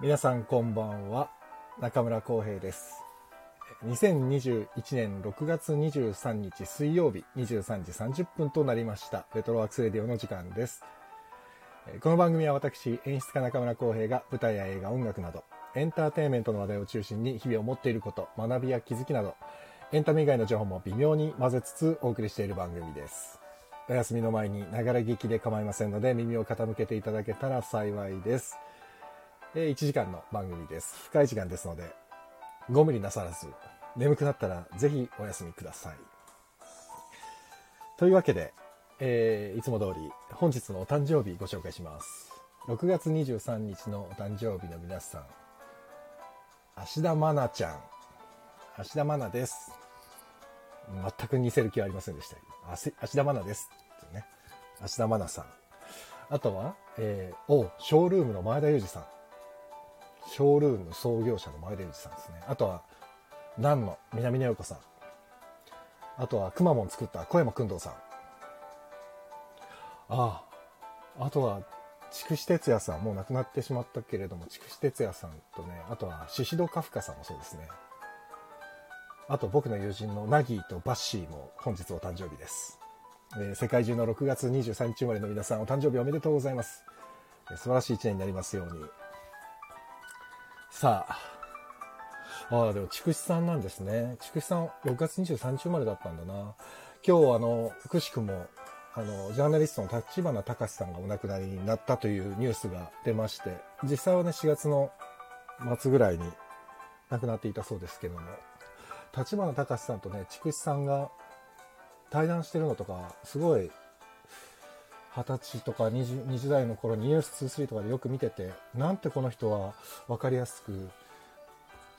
皆さんこんばんは中村浩平です2021年6月23日水曜日23時30分となりましたレトロワークスレディオの時間ですえーこの番組は私演出家中村浩平が舞台や映画音楽などエンターテインメントの話題を中心に日々を持っていること学びや気づきなどエンタメ以外の情報も微妙に混ぜつつお送りしている番組ですお休みの前に流れ聞きで構いませんので耳を傾けていただけたら幸いです、え1時間の番組です深い時間ですのでご無理なさらず眠くなったらぜひお休みくださいというわけで、えーいつも通り本日のお誕生日ご紹介します6月23日のお誕生日の皆さん芦田愛菜ちゃん芦田愛菜です全く似せる気はありませんでしたあせ芦田愛菜ですってね芦田愛菜さんあとは、えー、おショールームの前田裕二さんショールーム創業者の前田裕二さんですねあとは南野南野陽子さんあとはくまモン作った小山君堂さんあああとは筑紫哲也さんもう亡くなってしまったけれども筑紫哲也さんとねあとは宍戸カフカさんもそうですねあと僕の友人のナギーとバッシーも本日お誕生日です、えー世界中の6月23日生まれの皆さんお誕生日おめでとうございますえー素晴らしい一年になりますようにさあああ、でも、筑紫さんなんですね。筑紫さん、6月23日生まれだったんだな。今日、あの、くしくも、あの、ジャーナリストの立花隆さんがお亡くなりになったというニュースが出まして、実際はね、4月の末ぐらいに亡くなっていたそうですけども、立花隆さんとね、筑紫さんが対談してるのとか、すごい、二十歳とか 20, 20代の頃にニュース2 3とかでよく見てて、なんてこの人は分かりやすく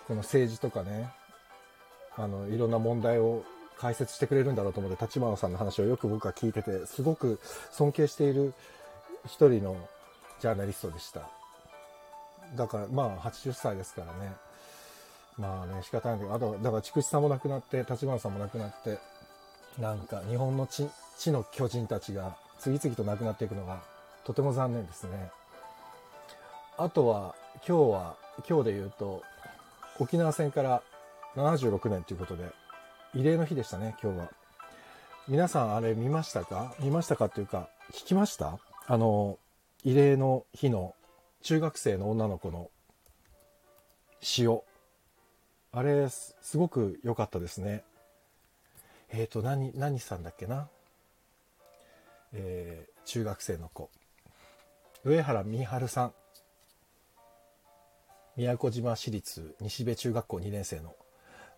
この政治とかねあのいろんな問題を解説してくれるんだろうと思って立花さんの話をよく僕は聞いててすごく尊敬している一人のジャーナリストでしただからまあ80歳ですからねまあね仕方ないけどあとだから筑紫さんも亡くなって立花さんも亡くなってなんか日本の地地の巨人たちが次々と亡くなっていくのがとても残念ですねあとは今日は今日で言うと沖縄戦から76年ということで、異例の日でしたね、今日は。皆さんあれ見ましたか見ましたかっていうか、聞きましたあの、異例の日の中学生の女の子の詩を。あれ、すすごく良かったですね。えっ、と、何、何さんだっけなえー中学生の子。上原美春さん。宮古島市立西部中学校2年生の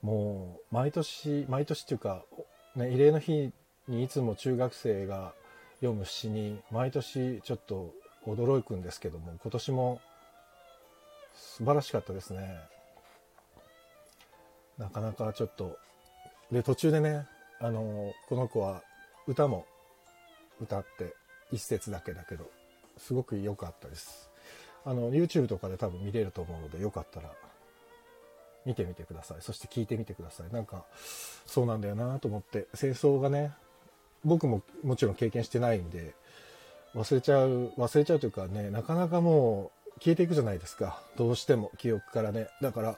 もう毎年毎年っていうか、ね、慰霊の日にいつも中学生が読む詩に毎年ちょっと驚くんですけども今年も素晴らしかったですねなかなかちょっとで途中でねあのこの子は歌も歌って一節だけだけどすごく良かったですあの、YouTube とかで多分見れると思うので、よかったら、見てみてください。そして聞いてみてください。なんか、そうなんだよなと思って、戦争がね、僕ももちろん経験してないんで、忘れちゃう、忘れちゃうというかね、なかなかもう消えていくじゃないですか。どうしても、記憶からね。だから、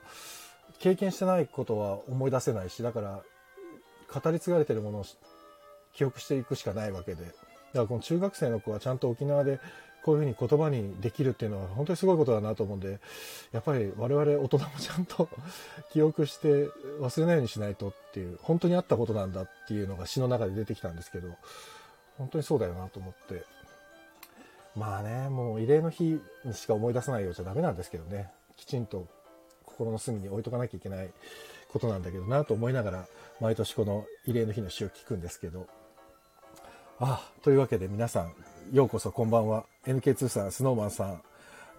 経験してないことは思い出せないし、だから、語り継がれてるものをし記憶していくしかないわけで。だからこの中学生の子はちゃんと沖縄でこういうふうに言葉にできるっていうのは本当にすごいことだなと思うんで、やっぱり我々大人もちゃんと 記憶して忘れないようにしないとっていう、本当にあったことなんだっていうのが詩の中で出てきたんですけど、本当にそうだよなと思って。まあね、もう慰霊の日にしか思い出さないようじゃダメなんですけどね、きちんと心の隅に置いとかなきゃいけないことなんだけどなと思いながら、毎年この慰霊の日の詩を聞くんですけど、あというわけで皆さん、ようこそこんばんは。NK2 さん、スノーマンさん、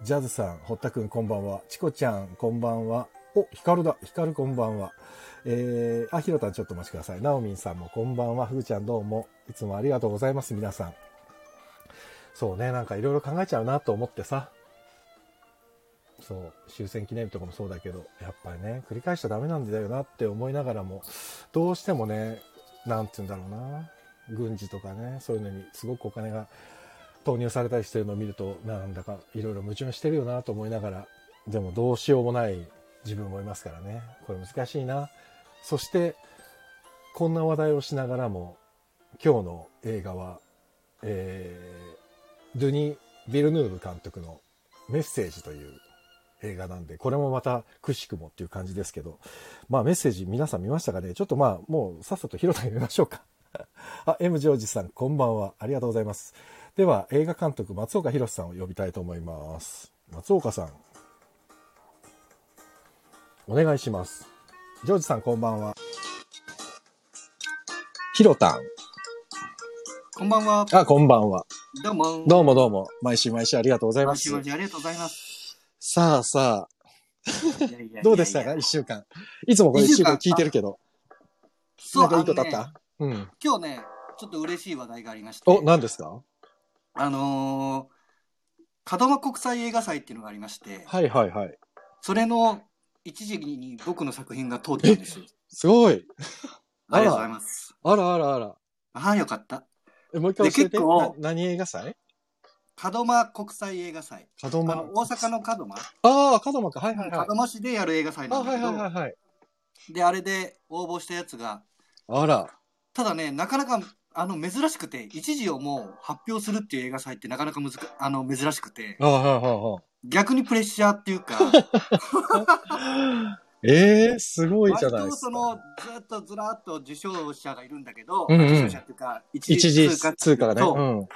ジャズさん、堀田くんこんばんは。チコちゃんこんばんは。お、ヒカルだ。ヒカルこんばんは。えー、あ、ひろたんちょっとお待ちください。ナオミンさんもこんばんは。ふぐちゃんどうも。いつもありがとうございます、皆さん。そうね、なんかいろいろ考えちゃうなと思ってさ。そう、終戦記念日とかもそうだけど、やっぱりね、繰り返しちゃダメなんだよなって思いながらも、どうしてもね、なんて言うんだろうな。軍事とかね、そういうのにすごくお金が投入されたりしてるのを見ると、なんだかいろいろ矛盾してるよなと思いながら、でもどうしようもない自分もいますからね。これ難しいな。そして、こんな話題をしながらも、今日の映画は、えードゥニ・ヴィルヌーブ監督のメッセージという映画なんで、これもまたくしくもっていう感じですけど、まあメッセージ皆さん見ましたかねちょっとまあもうさっさと広田に見ましょうか。 あ、M ジョージさん、こんばんは。ありがとうございます。では、映画監督、松岡弘さんを呼びたいと思います。松岡さん、お願いします。ジョージさん、こんばんは。ひろたん。こんばんは。あ、こんばんは。どうも。どうもどうも。毎週毎週ありがとうございまもすし。もし、ありがとうございます。さあさいやいやいやいあ、やどうでしたか一週間。いつもこれ一週間聞いてるけど。そなうんかいいことああっのねたうん。今日ね、ちょっと嬉しい話題がありまして、お、何ですかあのー、門真国際映画祭っていうのがありまして、はいはいはい。それの一時に僕の作品が通ってるんですよ。すごい。あらありがとうございます。あらあらあら。ああ、よかった。えもう一回教えでて。結構な何映画祭門真国際映画祭。門あ真。の大阪の門真、ああ、門真か。はいはいはい。門真市でやる映画祭あ、なんだはけいど、はいはいはい。で、あれで応募したやつが、あら。ただね、なかなか、あの、珍しくて、一時をもう発表するっていう映画祭ってなかなかむずかあの、珍しくて、あはいはいはい。逆にプレッシャーっ ていうか、ええすごいじゃない割でとすかそ。の、ずっとずらっと受賞者がいるんだけど、うんうん受賞者っていうか、一一時通貨通貨がね。そううん。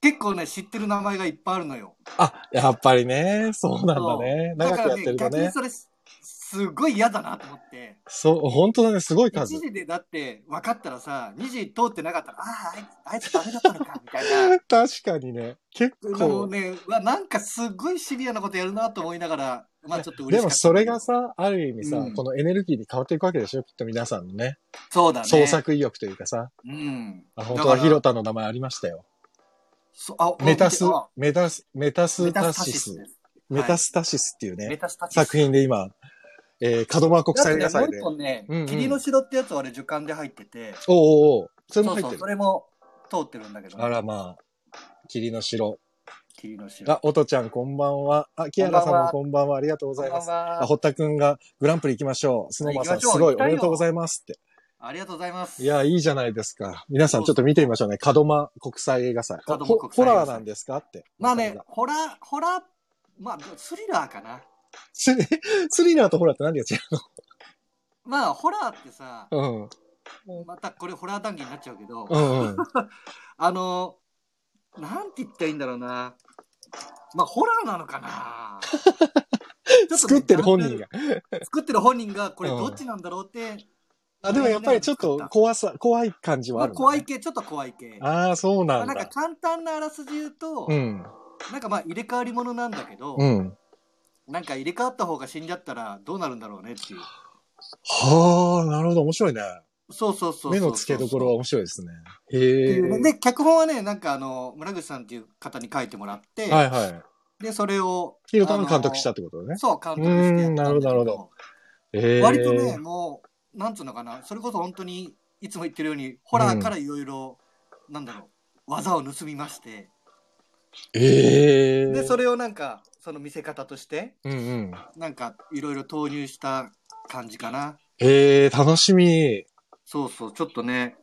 結構ね、知ってる名前がいっぱいあるのよ。あ、やっぱりね、そうなんだね。だ長かくやらってね、ると逆にね。それ、すすごい嫌だなと思って、そう、本当だね、すごい一数。時でだって分かったらさ、二時通ってなかったら、ああ、あいつ、あいつダメだったのか、みたいな。 確かにね、結もう構。ね、うわなんかすごいシビアなことやるなと思いながら、まあちょっと嬉しかったでもそれがさ、ある意味さ、うんこのエネルギーに変わっていくわけでしょきっと皆さんのね。そうだね。創作意欲というかさ。うん。あ、本だ当かはらヒロタの名前ありましたよ。そあメタスあ、メタス、メタスメタタスタシシスス。です。メタスタシスっていうね、メタスタシス。作品で今、えー、門真国際映画だっ祭てねで。もおう一本ねうんうん、霧の城ってやつは俺受感で入ってて、おおうおうそれも入っそうてるそう、そ。れも通ってるんだけど、あらまあ、霧の城。霧の城。あ、おとちゃんこんばんは。あ、キアラさんもこんばんは。ありがとうございます。あ、あ堀田くんがグランプリ行きましょう。スノーマンさん行きましょうすごい行きおたいめよでとうございますって。ありがとうございます。いや、いいじゃないですか。皆さんちょっと見てみましょうね。門真国際映画祭。あ門真ほ国ホ際映画ラ祭ーなんですかって。まあね、ホラー、ホラー、まあスリラーかな。スリ。 スリラーとホラーって何が違まあホラーってさ、うのまたこれホラー談義になっちゃうけど、うん。うんうん。あの、なんて言ったらいいんだろうな。まあ、ホラーなのか な作ってる本人。ちょとねが。作ってる本人が、これうんどっちなんだろうって。あ、でもやっぱりちょっと怖さ、怖い感じはまああ、る、怖い。系、ちょっと怖い系。ああ、そうまなあんなんかだ。簡単なあらすじ言うと、うん。なんかまあ入れ替わりものなんだけど、うん。なんか入れ替わった方が死んじゃったらどうなるんだろうねっていう。はあ、なるほど。面白いね。そうそうそうそうそう。目の付けどころは面白いですね。ってへえい。うねで、脚本はね、なんかあの、村口さんっていう方に書いてもらって、はいはい。で、それを。ヒロタの監督あのしたってことね。そう、監督してやったんだけ。うーんなるほどなるほどへえ割とね、もう、なんつうのかな、それこそ本当にいつも言ってるように、ホラーからいろいろ、なんだろう、技を盗みまして、ええで、それ。れをなんか、その見せ方として、うんうん。なんか、いろいろ投入した感じかな。ええ楽しみ。そうそう、ちょっとね、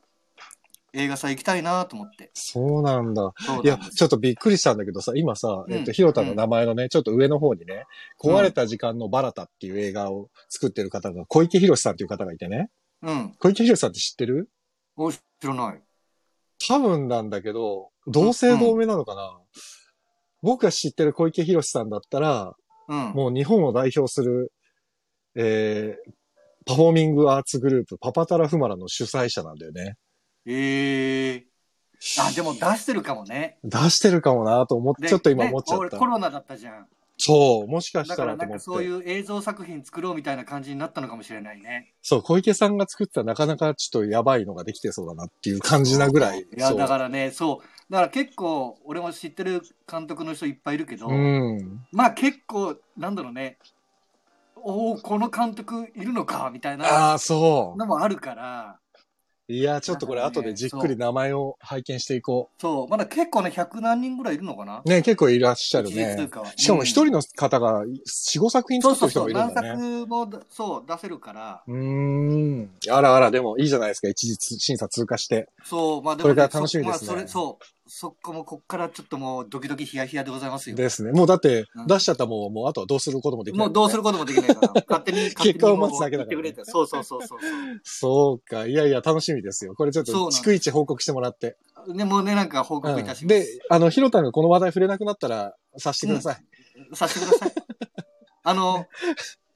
映画祭行きたいなと思って。そうなんだ。そういなや、んですちょっとびっくりしたんだけどさ、今さ、うんえっと、ヒロタの名前のね、ちょっと上の方にね、うん壊れた時間のバラタっていう映画を作ってる方が、小池博さんっていう方がいてね。うん。小池博さんって知ってるお、知らない。多分なんだけど、同姓同名なのかな、僕が知ってる小池博さんだったら、うん。もう日本を代表する、えー、パフォーミングアーツグループ、パパタラフマラの主催者なんだよね。ええあ、でも出してるかもね。出してるかもなと思って、でちょっと今思っちゃっねた。俺コロナだったじゃん。そう、もしかしだたかららとなん思かって。そういう映像作品作ろうみたいな感じになったのかもしれないね。そう、小池さんが作ったなかなかちょっとやばいのができてそうだなっていう感じなぐらい。いやそうだからねそうだから結構俺も知ってる監督の人いっぱいいるけど、うん。まあ結構なんだろうねおおこの監督いるのかみたいなああ、そう。のもあるからいや、ちょっとこれ後でじっくり名前を拝見していこそう、まだ結構ね、100何人ぐらいいるのかなう。ね、結構いらっしゃる一時通ね。貨は。しかも一人うんの方が4、5作品そ作うってそる人もうそう、いる何んだね。作もだそう出せるから、うーん。あらあら、でもいいじゃないですか。一日審査通過して。そう、まあでこもね、れから楽しみですねそまあ、それ、そう、そこも、こっからちょっともう、ドキドキヒヤヒヤでございますよ。ですね。もうだってうん、出しちゃったもん、もうあとはどうすることもできない、もうどうすることもできないから、勝手に、結果を待つだけだからね勝手にもう言ってくれたそうそうそうそうそそうか。いやいや、楽しみですよ。これちょっそうなんと、です逐一報告してもらって。う。でもうね、なんか報告いたしうんまで、す。あの、ヒロタンがこの話題触れなくなったら、察してください。させてく ださい。あの、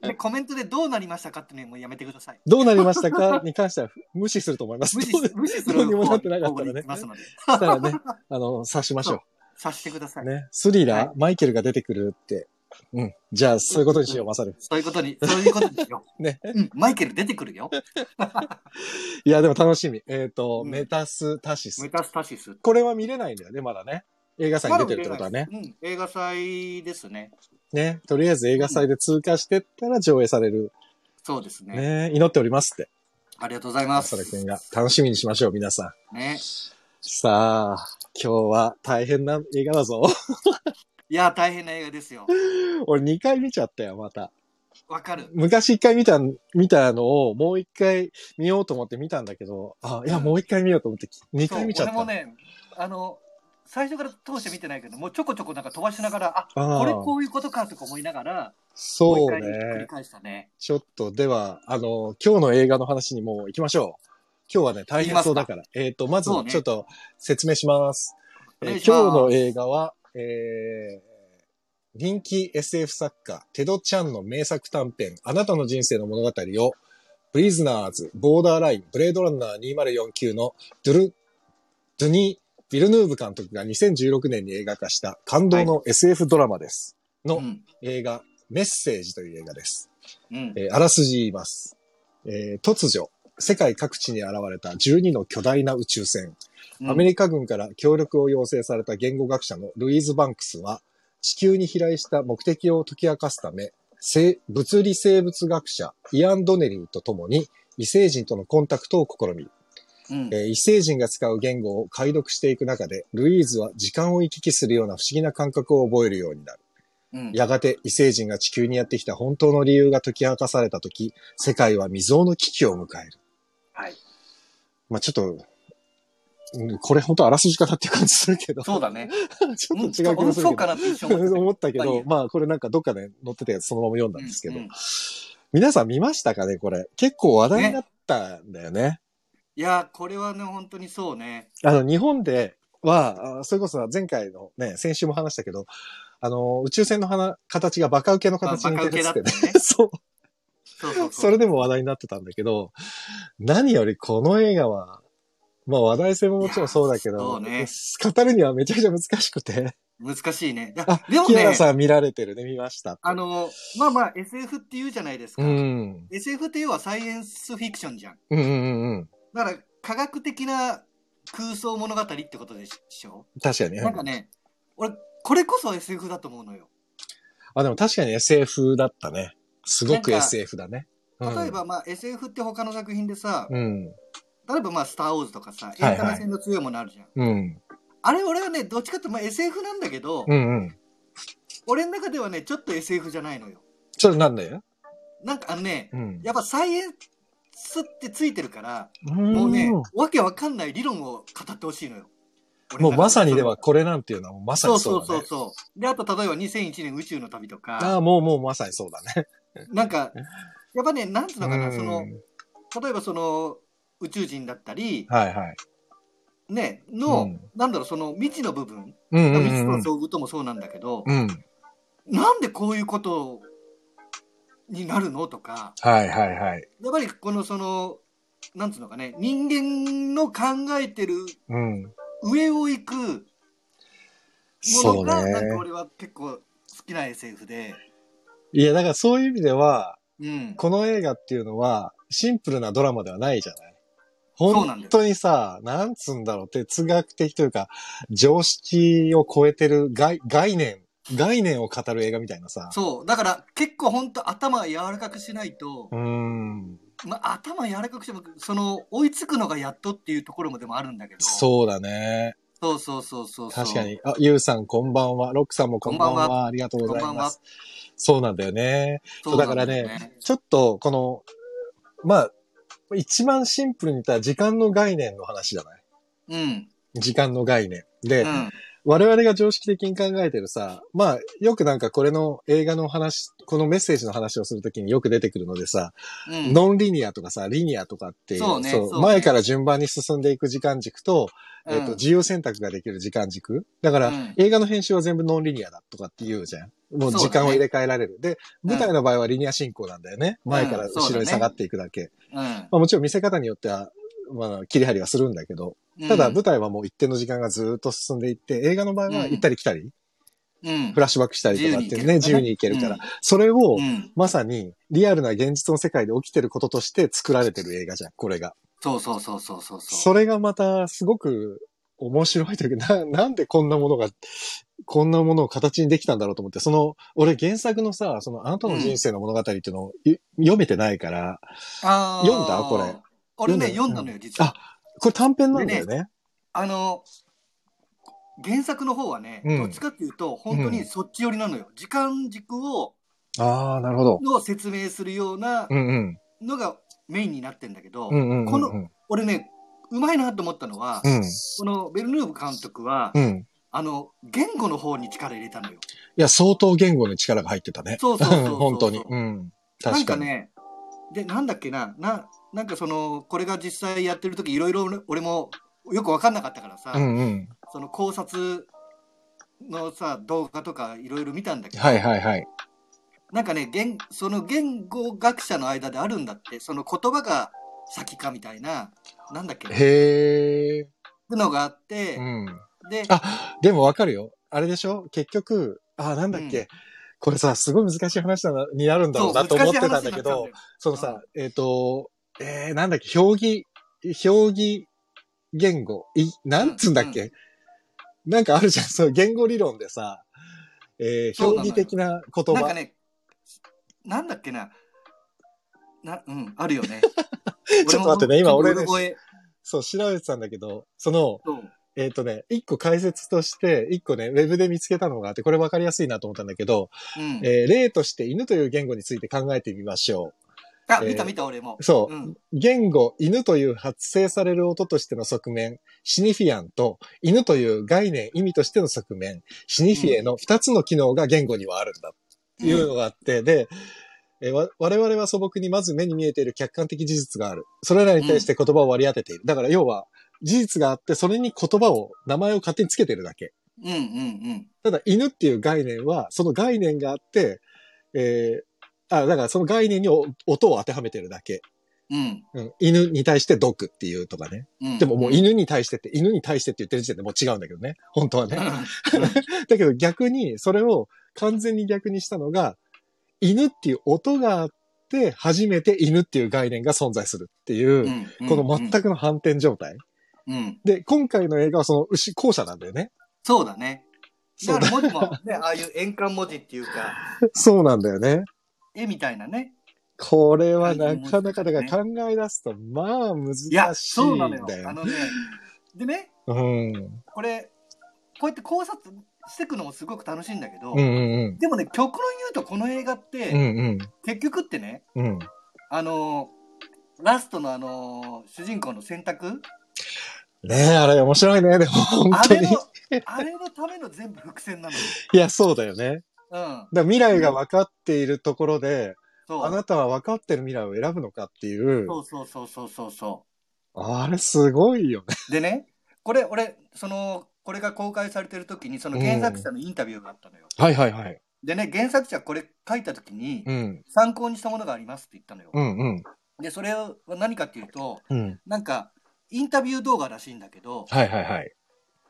でコメントでどうなりましたかってね、もうやめてください。どうなりましたか に関しては、無視すると思います。無視どうで無視すどるうにもなってなかったらね方向に行きますので、したらね、あの、察しましょさせてくださう。い。ね。スリラー、はマイケルが出てくるって。うん。じゃあ、そういうことにしよう、マサル。そういうことに、そういうことですよ。 ねうん、マイケル出てく るよ。いや、でも楽しみ。えっ、と、うんメタスタシスメ。タスタシス。これは見れないんだよね、まだね。映画祭に出てるってことはね。うん、映画祭ですね。ね。とりあえず映画祭で通過してったら上映される。そうですね。ね。祈っておりますって。ありがとうございまマすサル。君が。楽しみにしましょう、皆さん。ね。さあ、今日は大変な映画だぞ。いや、大変な映画ですよ。 俺2回見ちゃったよ、また。わかる。昔1回見た、見たのをもう1回見ようと思って見たんだけど、あ、いや、もう1回見ようと思って2そう回見ちゃった。俺もね、あの、最初から通して見てないけど、もうちょこちょこなんか飛ばしながら、あ、あこれあこういうことかとか思いながら、もそう一う回繰りね。返したね。ちょっと、では、あの、今日の映画の話にもう行きましょう。今日はね、大変そうだから。えっ、と、まずそう、ねちょっと説明します。お願えいーします今日の映画は、えー、人気 SF 作家、テド・チャンの名作短編、あなたの人生の物語を、プリズナーズ、ボーダーライン、ブレードランナー2049のドゥル、ドゥニー・ビルヌーブ監督が2016年に映画化した感動の SF ドラマです。うのん。映画、メッセージという映画です。うん。えーあらすじ言います。えー突如、世界各地に現れた12の巨大な宇宙船。アメリリカ軍から協力を要請された言語学者のルイーズ・バンクスは、地球に飛来した目的を解き明かすため、生物理生物学者イアン・ドネリーと共に異星人とのコンタクトを試み、カ、うんえー異星人が使う言語を解読していく中で、ルイーズは時間を行き来するような不思議な感覚を覚えるようになる。うん、やがて異星人が地球にやってきた本当の理由が解き明かされたとき、世界は未曾有の危機を迎える。はい。まあちょっと、うんこれ本当あらすじかなっていう感じするけど。そうだね。 ちょっと違う気うがんすそるうかなって一瞬け思っど。た思ったけまあいいどや、まあこれなんかどっかで載っててそのまま読んだんですけど、うんうん皆さん見ましたかねこれ。結構話題になったんだよね。いや、これはね、本当にそうね。あの、日本では、あそれこそ前回のね、先週も話したけど、あの、宇宙船の花形がバカウケの形にまあ似てるっつってねバカウケだっ。たね そう。そうそうそ。そうれでも話題になってたんだけど、何よりこの映画は、まあ話題性ももちろんそうだけいやーそど、うね語るにはめちゃくちゃ難しくて。難しいね。いやあ、でもキアラね、さん見られてるね、見ましたって。あの、まあまあ SF って言うじゃないですか。うん。 SF って要はサイエンスフィクションじゃん。うんうんうんうん。だから科学的な空想物語ってことでしょ、確かに。なんかね、俺、これこそ SF だと思うのよ。あ、でも確かに SF だったね。すごくなんか SF だね。うん例えば、まあ SF って他の作品でさ、うん。例えばまあスター・ウォーズとかさ、いはいエンタメ性の強いものあるじゃん。うん。あれ俺はね、どっちかっていうとまあ SF なんだけど、うんうん。俺の中ではね、ちょっと SF じゃないのよ。それなんだよ。なんかあのね、うん。やっぱサイエンスってついてるから、ももうね、わけわかんない理論を語ってほしいのよ。もうまさにででははこれなんていうのはもうまさそにうそうそうだそうね。そう。で、あと例えば2001年宇宙の旅とあか、あ、もうもうまさにそうだね。なんか、やっぱね、なんつうのかうな、んその、例えばその、宇宙人だったり、はいはい。ね、の、うんなんだろう、その未知の部分、うんうん未知うんの遭遇ともそうなんだけど、うん。なんでこういうことになるのとか、はいはいはい。やっぱりこのその、なんつうのかね、人間の考えてるうん。上を行くもそのうが、なんかね。俺は結構好きな SF で、いや、だからそういう意味では、うん。この映画っていうのは、シンプルなドラマではないじゃないそうなんだ本よ当にさ、なんつうんだろう、哲学的というか、常識を超えてる概概念、概念を語る映画みたいなさ。そう。だから結構ほんと頭柔らかくしないとうーん。まあ、頭柔らかくしても、その、追いつくのがやっとっていうところもでもあるんだけど。そうだね。そうそうそうそうそう。確か。に。あ、ゆうさんこんばんは。ロックさんもこんばんこは。んばんありがとうございこんばんまはす。そうなんだよね。そうなんだよだから。ちょっと、この、まあ、一番シンプルに言ったら時間の概念の話じゃないうん。時間の概念。で、うん。我々が常識的に考えてるさ、まあ、よくなんかこれの映画の話、このメッセージの話をするときによく出てくるのでさ、うん。ノンリニアとかさ、リニアとかっていう、そうねそうね前から順番に進んでいく時間軸と、うん、えっと、自由選択ができる時間軸。だから、うん映画の編集は全部ノンリニアだとかって言うじゃん。もう時間を入れ替えられる。で、うん舞台の場合はリニア進行なんだよね。前から後ろに下がっていくだけ。うんまあもちろん見せ方によっては、まあ、切り張りはするんだけど、ただ舞、台はもう一定の時間がずーっと進んでいって、映画の場合は行ったり来たり、うんフラッシュバックしたりとかってね、自自由由にに行行けけるるかからら、それを、うん。まさにリアルな現実の世界で起きてることとして作られてる映画じゃん、これが。そうそうそうそうそうそう。それがまたすごく面白いというか、な なんでこんなものが、こんなものを形にできたんだろうと思って、その、俺原作のさ、そのあなたの人生の物語っていうのを、い読めてないから、あー読んだこれ。俺ね、読読んんだだのよ、実は。これ短編なんだよね。あの、原作の方はね、うんどっちかっていうと、本当にそっち寄りなのよ。時間軸を、ああ、なるほど。の説明するようなうんうん。のがメインになってんだけど、うんうんうんうん。この俺ね、うまいなと思ったのは、うん。このベルヌーブ監督は、うん。いあの、言語の方に力入れたのよ。や、相当言語に力が入ってたね。そうそうそうそ う本当に。うん。なん確かかに。ね、で、なんだっけな、な、なんかその、これが実際やってる時いろいろ俺俺もよくわかんなかったからさ、うんうん。その考察のさ、動画とかいろいろ見たんだけど、はいはいはい。なんかね、言その言語学者の間であるんだって、その言葉が先かみたいな、なんだっけなへえ。のがあって、うん。で、あ、でもわかるよ。あれでしょ結局、あ、なんだっけ、うんこれさ、すごい難しい話だなになるんだろうなと思ってたんだけど、その話になさ、えっ、と、えー、なんだっけ、評議、評議言語、い、なんつうんだっけ、なんかあるじゃん、そう、言語理論でさ、えー、そう評なの議よ的な言なん葉。かね、なんだっけな、な、うん、あるよね。 ちょっと待ってね今俺ねの声。そう、調べてたんだけど、その、そうえっ、とね、一個解説として、一個ね、ウェブで見つけたのがあって、これわかりやすいなと思ったんだけど、うん。えー例として犬という言語について考えてみましょあ、えー見た見た俺もう。。そう。うん。言語、犬という発生される音としての側面、シニフィアンと犬という概念、意味としての側面、シニフィエの2つの機能が言語にはあるんだっていうのがあって、で、えーわ我々は素朴にまず目に見えている客観的事実がある。それらに対して言葉を割り当てている。だから要は、事実があって、それに言葉を、名前を勝手につけてるだけ。うんうんうん。ただ犬っていう概念は、その概念があって、えー、あ、だからその概念にお音を当てはめてるだけ。うん。うん、犬に対して毒っていうとかね。うん、でももう犬に対してって、犬に対してって言ってる時点でもう違うんだけどね。本当はうねん。。だけど逆に、それを完全に逆にしたのが、犬っていう音があって、初めて犬っていう概念が存在するっていう、うんこの全。くの反転状態。うんうん。で、今回の映画はその牛、後者なんだよね。そうだね。そだうかだら文字も、ね、 ああいう円環文字っていうか、そうなんだよね。絵みたいなね。これはなかなかだから考え出すと、まあ難しいんいだや、よ。そうなのよ。あのね、でね、うん。これこうやって考察していくのもすごく楽しいんだけど、うんうんでもね極論言うとこの映画って、うん。うん結局ってねうん。うん。あのーラストのあのー主人公の選択ねえ、あれ面白いね。でも本あ当れにの。あれのための全部伏線なのよ。いや、そうだよね。うだん、から未来が分かっているところで、そうあなたは分かってる未来を選ぶのかっていう、そうそうそうそうそうそあれすごいよね。う。でねこれ俺そのこれが公開されてる時にその原作者のインタビューがあったのよ。はいはいはい。でね原作者これ書いた時にうん。参考にしたものがありますって言ったのよ。うんうん。でそれは何かっていうと、うん。なんか、インタビュー動画らしいんだけど、はいはいはい。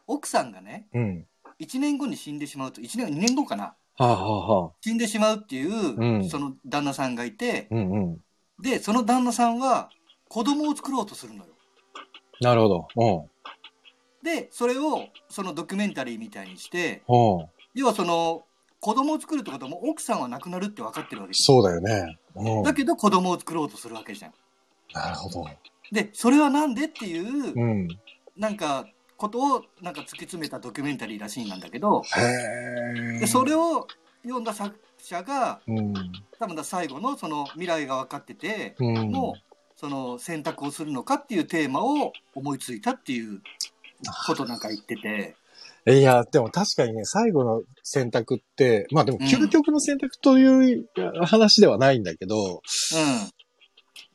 奥さんがね、うん。 1年後に死んでしまうと、1年、2年後かな、はあはあはあ。死んでしまうっていう、うんその旦那さんがいて、うんうん。で、その旦那さんは、子供を作ろうとするのよ。なるほど。うん。で、それを、そのドキュメンタリーみたいにして、うん。要はその、子供を作るってことはもう奥さんは亡くなるって分かってるわけじそうだよね。うゃん。ん。だけど子供を作ろうとするわけじゃん。なるほど。で、それはなんでっていう、うん。へなんか、ことを、なんか突き詰めたドキュメンタリーらしいんなんだけど、え。で、それを。を読んだ作者が、うん。多分だ最後のその未来が分かってて、うん。の、その選択をするのかっていうテーマを思いついたっていうことなんか言ってて、いや、でも確かにね、最後の選択って、まあでもうん究極の選択という話ではないんだけど、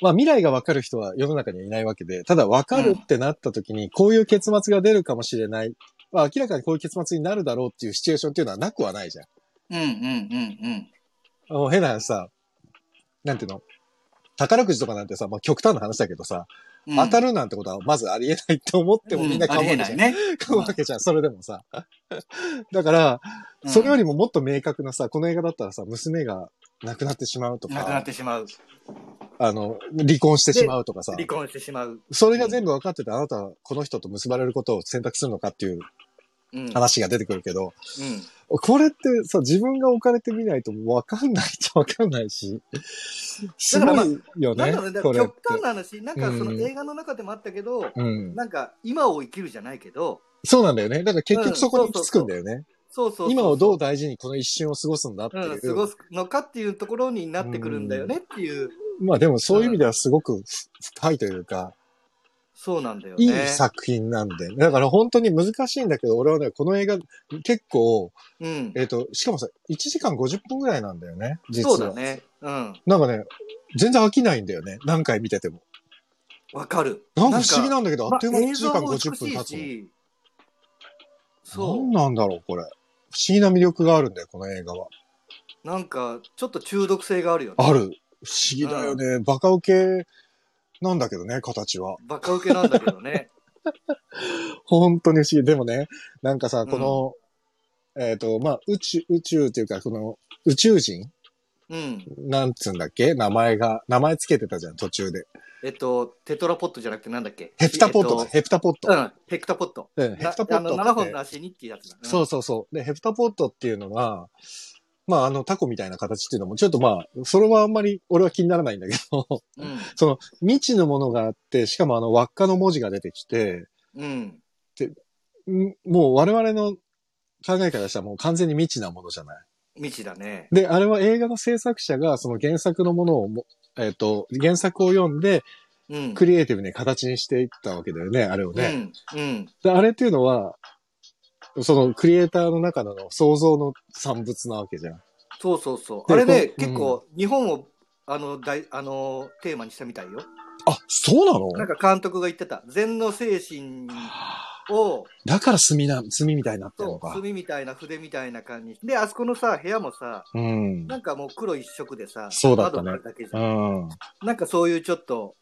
まあ未来がわかる人は世の中にはいないわけで、ただわかるってなった時に、こういう結末が出るかもしれない。まあ明らかにこういう結末になるだろうっていうシチュエーションっていうのはなくはないじゃん。うん、うんうんうんうん。あの変な話さ、なんていうの宝くじとかなんてさ、まあ極端な話だけどさ、うん当たるなんてことはまずありえないと思ってもみんな買うわうんありけえなじゃいん。ね。買う わけじゃん。それでもさ。だから、それよりりももっと明確なさ、この映画だったらさ、娘が亡くなってしまうとなくなっか、てしまう。あの、離婚してしまうとかさ。離婚してしまう。それが全部分かってて、あなたはこの人と結ばれることを選択するのかっていううん。話が出てくるけど、うん。これってさ、自分が置かれてみないと分かんないっちゃ分かんないし、すごいよなんねだろうね、、これって極。端な話、なんかそのうん映画の中でもあったけど、うん、なんか今を生きるじゃないけど、そうなんだよね。だから結うん局そこに行き着くんだよね。そうそうそう今をどう大事にこの一瞬を過ごすんだってうん、い過う。ごすのかっていうところになってくるんだよねっていう、まあでもそういう意味ではすごく深いというか、そうなんだよね。いい作品なんで。だから本当に難しいんだけど、俺はね、この映画結構、うん。えっ、と、しかもさ、1時間50分ぐらいなんだよね、実そは。うだね。うん。なんかね、全然飽きないんだよね。何回見てても。わかる。なんか不思議ななんだけど、あっという間に1時間50分経つの。しそ何なんだろう、これ。不思議な魅力があるんだよ、この映画は。う。なんか、ちょっと中毒性があるよね。ある。不思議だよね。バカウケなんだけどね、形は。バカ受けなんだけどね。本当に不思議。でもね、なんかさ、んこの、えっ、と、まあ、宇宙、宇宙っていうか、この、宇宙人うん。なんつうんだっけ名前が、名前つけてたじゃん、途中で。えっと、テトラポットじゃなくてなんだっけヘプタポットだ、えっヘプタポッとト。うん、ヘプタポット。うん、ヘプタポなあッのト7っ本ての。足にっていうやつだ、ね。そうそうそう。で、ヘプタポットっていうのが、まあ、あの、タコみたいな形っていうのも、ちょっとまあ、それはあんまり俺は気にならないんだけど、 うん。その、未知のものがあって、しかもあの、輪っかの文字が出てきて、うん。んもう我々の考えからしたらもう完全に未知なものじゃない。未知だね。で、あれは映画の制作者が、その原作のものをも、えっ、と、原作を読んで、うん。クリエイティブに形にしていったわけだよね、あれをね。うん。うん。で、あれっていうのは、その、クリエイターの中の想像の産物なわけじゃん。そうそうそう。あでれね、こう結構、日本を、あの、大、あの、テーマにしたみたいよ。あ、そうなのなんか監督が言ってた。禅の精神を、だから墨な、墨みたいになってるそのう、か。墨みたいな筆みたいな感じ。で、あそこのさ、部屋もさ、うん。なんかもう黒一色でさ、そうだったね窓があるだけじうゃん。んなんかそういうちょっと、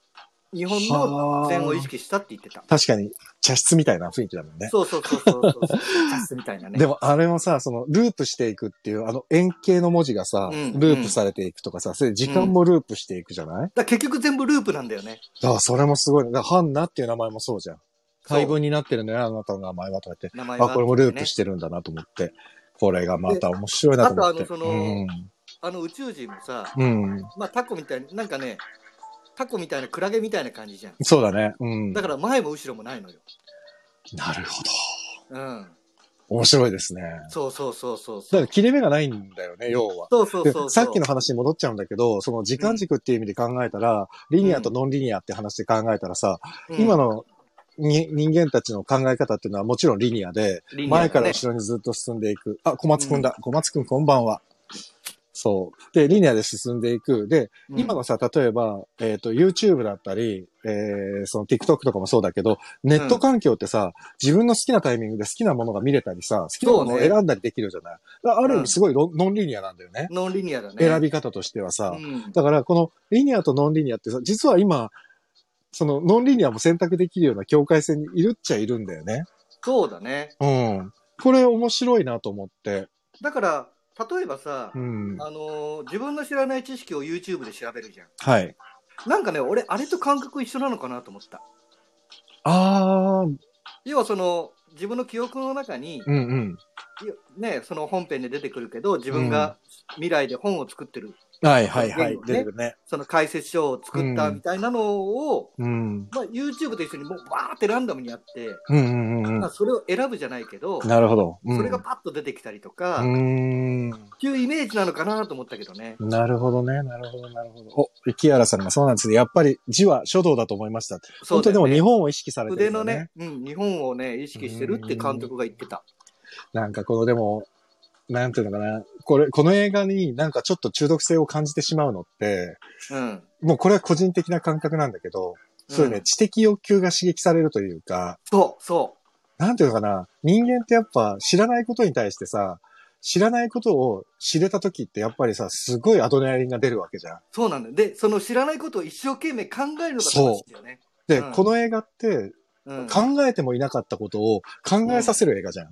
日本のはあ禅を意識したって言ってた。確かに、茶室みたいな雰囲気だもんね。そうそうそうそう そう。チャスみたいなね。でもあれもさ、そのループしていくっていう、あの円形の文字がさ、うんループされていくとかさ、それで時間もループしていくじゃない、だかだから結局全部ループなんだよね。らそれもすごいね。だからハンナっていう名前もそうじゃん。そう解文になってるね、あなたの名前はとか言って。名前はあ、これもループねしてるんだなと思って。これがまた面白いなと思って。であとあのそあの宇宙人もさ、うん。うん。まあタコみたいに、なんかね、タコみたいなクラゲみたいな感じじゃん。そうだね。うん。だから前も後ろもないのよ。なるほど。うん。面白いですね。そうそうそうそうそだう。から切れ目がないんだよね、要は。そうそうでそうそう。さっきの話に戻っちゃうんだけど、その時間軸っていう意味で考えたら、リニアとノンリニアって話で考えたらさ、うん、今のに人間たちの考え方っていうのはもちろんリニアで、リニアだね前から後ろにずっと進んでいく。あ、小松くんだ。小松くんこんばんは。そう。で、リニアで進んでいく。で、うん今のさ、例えば、えっ、と、YouTube だったり、えー、その TikTok とかもそうだけど、ネット環境ってさ、自分の好きなタイミングで好きなものが見れたりさ、好きなものをそうね選んだりできるじゃない。だからある意うん味すごいロンノンリニアなんだよね。ノンリニアだね。選び方としてはさ。うん、だから、このリニアとノンリニアってさ、実は今、そのノンリニアも選択できるような境界線にいるっちゃいるんだよね。そうだね。うん。これ面白いなと思って。だから、例えばさ、うん。あのー自分の知らない知識を YouTube で調べるじゃん。はい。なんかね、俺、あれと感覚一緒なのかなと思った。ああ、要はその、自分の記憶の中に、うんうん。ね、その本編で出てくるけど、自分が未来で本を作ってるはいはいはいゲーム。ね出てくるね。その解説書を作ったみたいなのを、うん。まあ、YouTube と一緒にもうバーってランダムにやって、うんうんうんまあ、それを選ぶじゃないけどうん。、なるほど。うんそれがパッと出てきたりとか、うーん。っていうイメージなのかなと思ったけどね。なるほどね。なるほど、なるほど。お、雪原さんがそうなんですね。やっぱり字は書道だと思いました。そ本う当にだでよもね日本を意識されてる腕んだのね、うん、日本をね、意識してるって監督が言ってた。なんかこのでも、なんていうのかな。これ、この映画になんかちょっと中毒性を感じてしまうのって、うん。もうこれは個人的な感覚なんだけど、そうね、ん知的欲求が刺激されるというか、そう、そなんていうのかな、人間ってやっぱ知らないことに対してさ、知らないことを知れた時ってやっぱりさ、すごいアドレナリンが出るわけじゃん。う。そうなんだよ。で、その知らないことを一生懸命考えるのが正しいんだよね。で、うんこの映画ってうん、考考えてもいなかったことを考えさせる映画じゃん。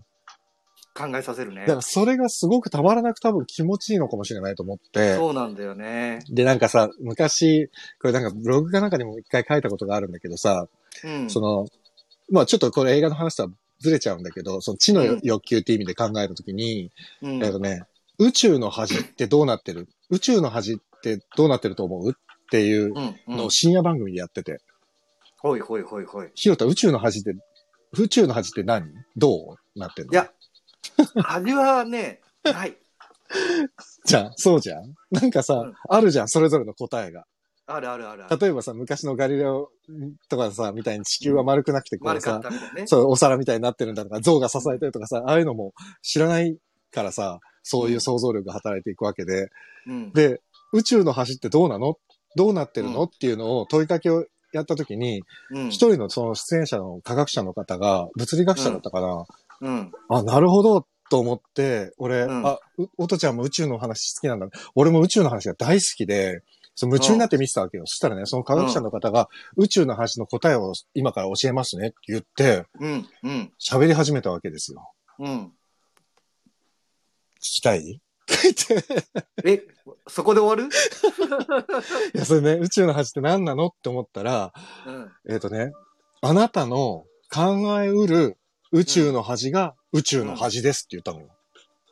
えさせるねだか。らそれがすごくたまらなく多分気持ちいいのかもしれないと思って。そうなんだよね。で、なんかさ、昔、これなんかブログかなんかにも一回書いたことがあるんだけどさ、うん。その、まあちょっとこれ映画の話とはずれちゃうんだけど、その知の欲求って意味で考えるときに、うんえっとね、宇宙の端ってどうなってる宇宙の端ってどうなってると思うっていううん。うんのを深夜番組でやってて。ほいほいほいほい。ひろた、宇宙の端って、宇宙の端って何どうなってるの いや、味はね、ない。じゃあ、そうじゃんなんかさ、うんあるじゃん、それぞれの答えが。あるあるあるある。例えばさ、昔のガリレオとかさ、みたいに地球は丸くなくて、こ丸うかっさ、たみたいね。そう、お皿みたいになってるんだとか、像が支えてるとかさ、ああいうのも知らないからさ、そういう想像力が働いていくわけで、うん。で、宇宙の端ってどうなのどうなってるの、うんっていうのを問いかけをやったときに、うん一、人のその出演者の科学者の方が、物理学者だったかな、うん。あ、なるほど、と思って、俺、うんあ、うおとちゃんも宇宙の話好きなんだ。俺も宇宙の話が大好きで、その夢中になって見てたわけよ。そしたらね、その科学者の方が、宇宙の話の答えを今から教えますねって言って、うん。うん。喋り始めたわけですよ。うん。聞きたいって言って。え、そこで終わる いや、それね、宇宙の話って何なのって思ったら、うん。えっ、とね、あなたの考えうる宇宙の端が宇宙の端ですって言ったのよ。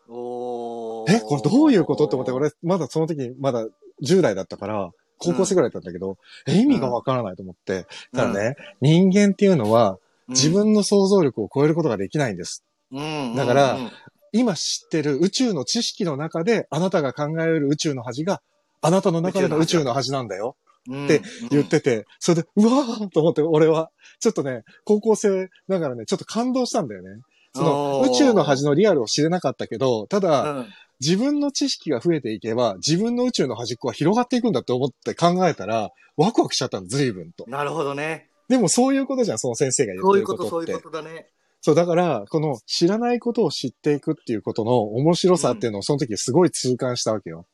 おえ、これどういうことって思って、俺俺、まだその時、まだ10代だったから、高校生ぐらいだったんだけど、え、意味がわからないと思って、たらね、人間っていうのはうん、自分の想像力を超えることができないんです。うん、だからうん今知ってる宇宙の知識の中で、あなたが考えうる宇宙の端が、あなたの中での宇宙の端なんだよ。うんって言ってて、それで、うわーと思って、俺は、ちょっとね、高校生ながらね、ちょっと感動したんだよね。その、おー宇宙の端のリアルを知れなかったけど、たうだ、ん自分の知識が増えていけば、自分の宇宙の端っこは広がっていくんだって思って考えたら、ワクワクしちゃったの、随分と。なるほどね。でもそういうことじゃん、その先生が言っそうていうるここと、そとうっいて。うそうことだね。だから、この知らないことを知っていくっていうことの面白さっていうのをその時すごい痛感したわけよ。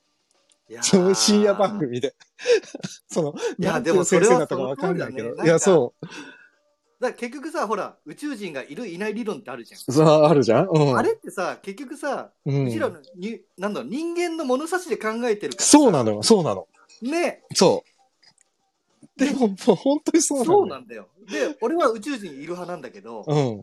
いやーその深夜番。組で。 その、いやなんてでもそ先れ生はだったかわかんないけその通りだねなんど。かいや、そう。だから結局さ、ほら、宇宙人がいる、いない理論ってあるじゃん。そう、あるじゃんうん。あれってさ、結局さ、ううちらん。のに、なんだろう、人間の物差しで考えてるからさ。そうなのよ、そうなの。ね、そう。でも、もう本当にそうなの。そうなんだよ。で、俺は宇宙人いる派なんだけど、うん。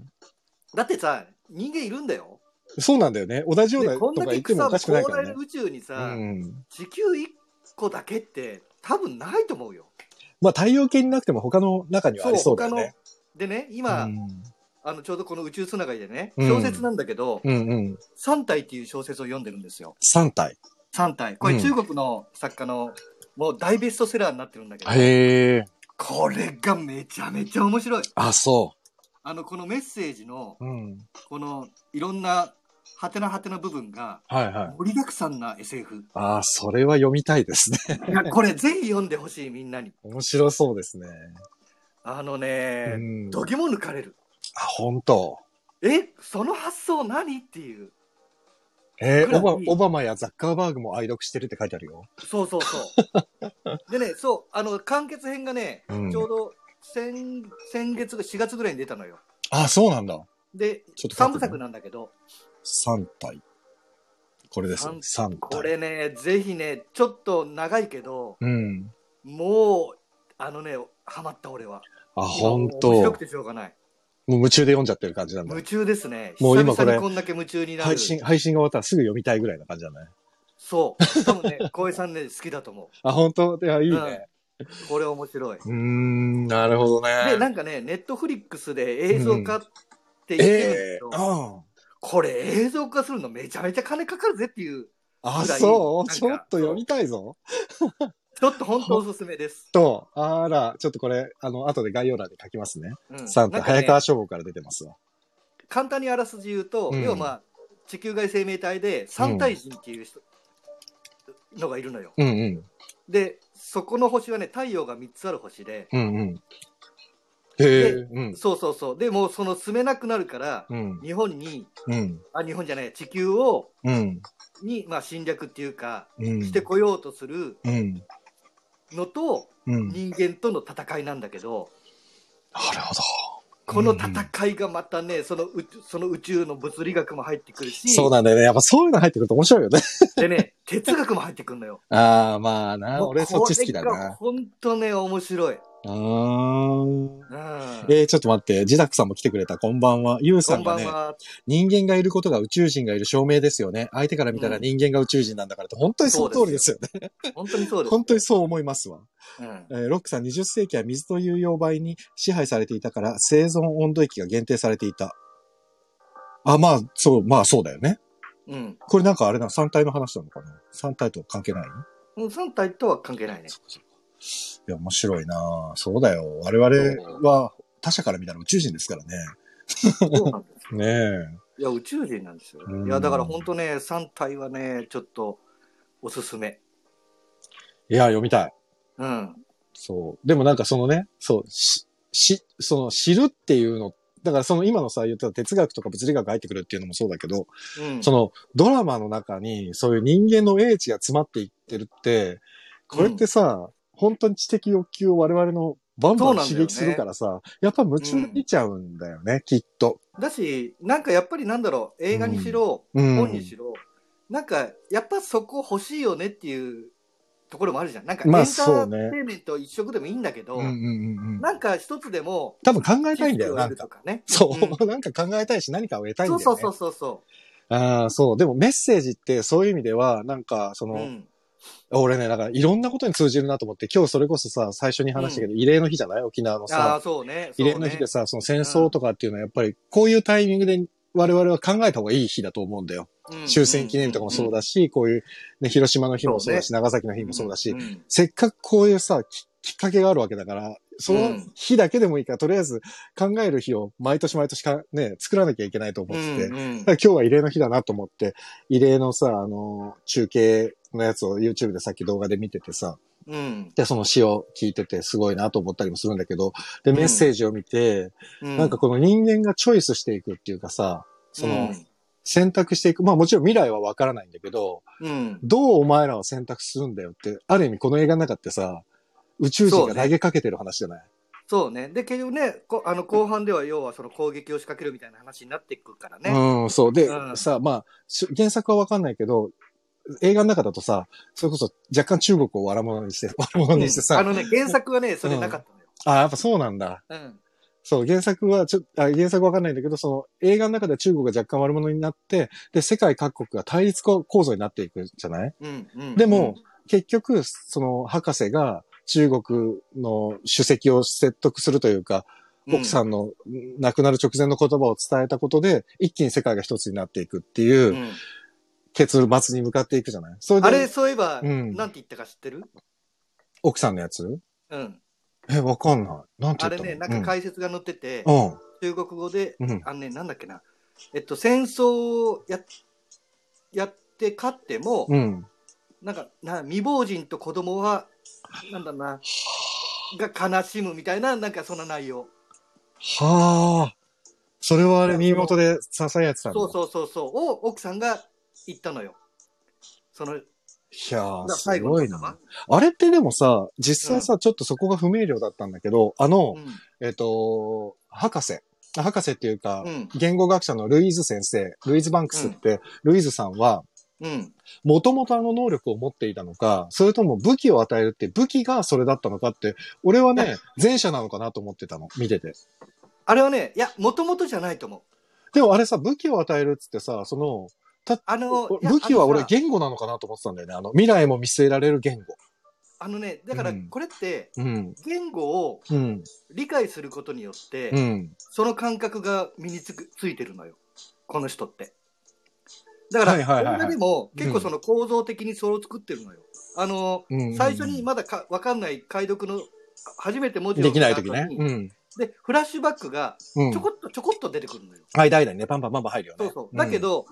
だってさ、人間いるんだよ。そうなんだよね。同じようなで、とこんだか言けってもお草もかしくない広から大なね。宇宙にうさ、ん。地球一個だけって多分ないと思うよ。まあ、太陽系になくても他の中にはありそうだよね。でね、今、あのちょうどこの宇宙つながりでね、うん小説なんだけど、うん。うんうん。三体っていう小説を読んでるんですよ。 3体。三体。こうれん中国の作家の、もう大ベストセラーになってるんだけど、へえ。これがめちゃめちゃ面白い。あ、そあの、このメッセージの、う。うん。このいろんなハテナハテナ部分がはいはい。盛りだくさんな SF。ああ、それは読みたいですね。 いや、これぜひ読んでほしいみんなに。面白そうですね。あのうね、ん。どぎも抜かれる。あ、本当。え、その発想何っていう。えー、オいくらいいバオバマやザッカーバーグも愛読してるって書いてあるよ。そうそうそう。でね、そう、あの、完結編がね、うんちょうど先先月が4月ぐらいに出たのよ。あ、そうなんだ。で、ちょっと書いてね3部作なんだけど、 3体。これですね。3体。これね、ぜひね、ちょっと長いけど、うん。もう、あのね、ハマった俺は。あ、本今もう面白当く。てしょうがない。もう夢中で読んじゃってる感じなんだ夢。中ですね。もう今これ久々にこんだけ夢中になる。配信、配信が終わったらすぐ読みたいぐらいな感じじゃないそう。多分ね、 小江さんね、好きだと思。あ、本当いや、いういうんね。これ面白い。うーん、なるほどで、ね。なんかね、ネットフリックスで映像化って言ってるんえだけえど、あこれ映像化するのめちゃめちゃ金かかるぜっていう、あ、ぐらいそうなんかちょっと読みたいぞ。ちょっと本当おすすめです。と、あら、ちょっとこれ、あの、後で概要欄に書きますね。うんサンなタ、んかね早川消防から出てますわ。簡単にあらすじ言うと、うん要はまあ、地球外生命体で三体人っていう人、のがいるのよ。うんうん。で、そこの星はね、太陽が3つある星で、うんうん。へえ。でうん。そうそうそう。でもうその住めなくなるから、うん。日本に、うん。あ、日本じゃない、地球を、うん。に、まあ、侵略っていうか、うん。してこようとするうん。のと、うん。人間との戦いなんだけど、なるほど。この戦いがまたね、その宇宙その宇宙の物理学も入ってくるし、そうなんだよね。やっぱそういうの入ってくると面白いよね。でね、哲学も入ってくるのよ。ああ、 まあな。もう俺そっち好きだこれがな。ほんとね、面白い。うーん。うん、えー、ちょっと待って。ジダックさんも来てくれた。こんばんは。ユウさこんんばがんね、は。人間がいることが宇宙人がいる証明ですよね。相手から見たらうん人間が宇宙人なんだからって、本当にその通りですよね。本当にそうです。本当にそう思いますわ。うんえーロックさん、20世紀は水という溶媒に支配されていたから、生存温度域が限定されていた。あ、まあ、そう、まあそうだよね。うん。これなんかあれな、三体の話なのかな三体とは関係ないもう3体とは関係ないね。いや、面白いなぁそうだよ。我々は他者から見たら宇宙人ですからね。そうなんですよ。ねえ。いや、宇宙人なんですよう。んいや、だから本当ね、3体はね、ちょっとおすすめ。いや、読みたい。うん。そう。でもなんかそのね、そう、し、し、その知るっていうの、だからその今のさ、言ってた哲学とか物理学が入ってくるっていうのもそうだけど、うん、そのドラマの中にそういう人間の英知が詰まっていってるって、これってさ、本当に知的欲求を我々のバンバン刺激するからさ、やっぱ夢中に見ちゃうんだよね、きっと。だし、なんかやっぱりなんだろう、映画にしろ、うん本にしろ、なんかやっぱそこ欲しいよねっていうところもあるじゃん。なんかエンタまあーそうねテインメント一色でもいいんだけど、うんうんうんうん。なんか一つでも、多分考えたいんだよ、なん知識を得るとか。かね。そうう、 なんか考えたいし何かを得たいんだそようね。そうそうそうそ。ああ、そう。でもメッセージってそういう意味では、なんか、そうの、うん。俺ね、なんかいろんなことに通じるなと思って、今日それこそさ、最初に話したけど、慰霊の日じゃない沖縄のああ、さ、そうね。慰霊の日でそうさ、その戦争とかっていうのはやっぱりこういうタイミングで我々は考えた方がいい日だと思うんだよ。ね、終戦記念とかもそうだだし、こういう、ね、広島の日もそうだし、そ長崎の日もそうだし、んせっかくこういうさ、ききっかけがあるわけだから、そうのん日だけでもいいから、とりあえず考える日を毎年毎年か、ね、作らなきゃいけないと思うってて、んうんだから 今日は慰霊の日だなと思って、慰霊のさ、あの、中継のやつを YouTube でさっき動画で見ててさ、うんで、その詩を聞いててすごいなと思ったりもするんだけど、で、うんメッセージを見て、うんなんかこの人間がチョイスしていくっていうかさ、そのうん、選択していく。まあもちろん未来はわからないんだけど、うんどうお前らを選択するんだよって、ある意味この映画の中ってさ、宇宙人が投げかけてる話じゃない、そうね。で、結局ね、こあの後半では要はその攻撃を仕掛けるみたいな話になっていくからね。うん、そう。で、うんさ、まあ、し原作はわかんないけど、映画の中だとさ、それこそ若干中国を悪者にして、悪者にしてさ、あのね、原作はね、それなかったのよ。あ、やっぱそうなんだ。うん。そう、原作はちょ、あ原作わかんないんだけど、その映画の中では中国が若干悪者になって、で、世界各国が対立構造になっていくじゃないうん。うんでも、、結局、その博士が中国の主席を説得するというか、う奥さん。んの亡くなる直前の言葉を伝えたことで、一気に世界が一つになっていくっていうう、ん結末に向かっていくじゃないそれあれ、で、そういえば、うんなんて言ったか知ってる奥さんのやつうん。え、わかんない。なんてあ言れったのね、なんか解説が載ってて、中国語で、うん。うん。あのね、なんだっけな。えっと、戦争をややって勝っても、うん。なんかな、未亡人と子供は、なんだろうな、が悲しむみたいな、なんかそんな内容。はあ。それはあれ、耳元で支えやってたんだ。そうそうそうそう、を奥さんが言ったのよ。その、いやー、す最後のごい言葉な。あれってでもさ、実際さ、ちょっとそこが不明瞭だったんだけど、あのう、ん。えっと、博士。あ博士っていうか、うん言語学者のルイーズ先生、ルイーズ・バンクスって、ルイーズさんは、うん。もともとあの能力を持っていたのか、それとも武器を与えるって武器がそれだったのかって、俺はね、前者なのかなと思ってたの、見てて。あれはね、いや、もともとじゃないと思でもあれさ、武器を与えるっつってさ、その、たあの俺いや武器はあ俺のさ言語なのかなと思ってたんだよね。あの、未来も見据えられる言語。あのねだからうんこれってうん。言語をうん。理解することによって、うん。その感覚が身につくついてるのよこの人ってだから、はいはいはいはい女でもうん結構その構造的にそれを作ってるのよ、あのうん。最初にまだか分かんない解読の初めて文字をできない見時た後ねに。うん。でフラッシュバックがうんちょ。こっとちょこっと出てくるのよ、間間にね、パンパンパンパン入るよね。そうそうだけど、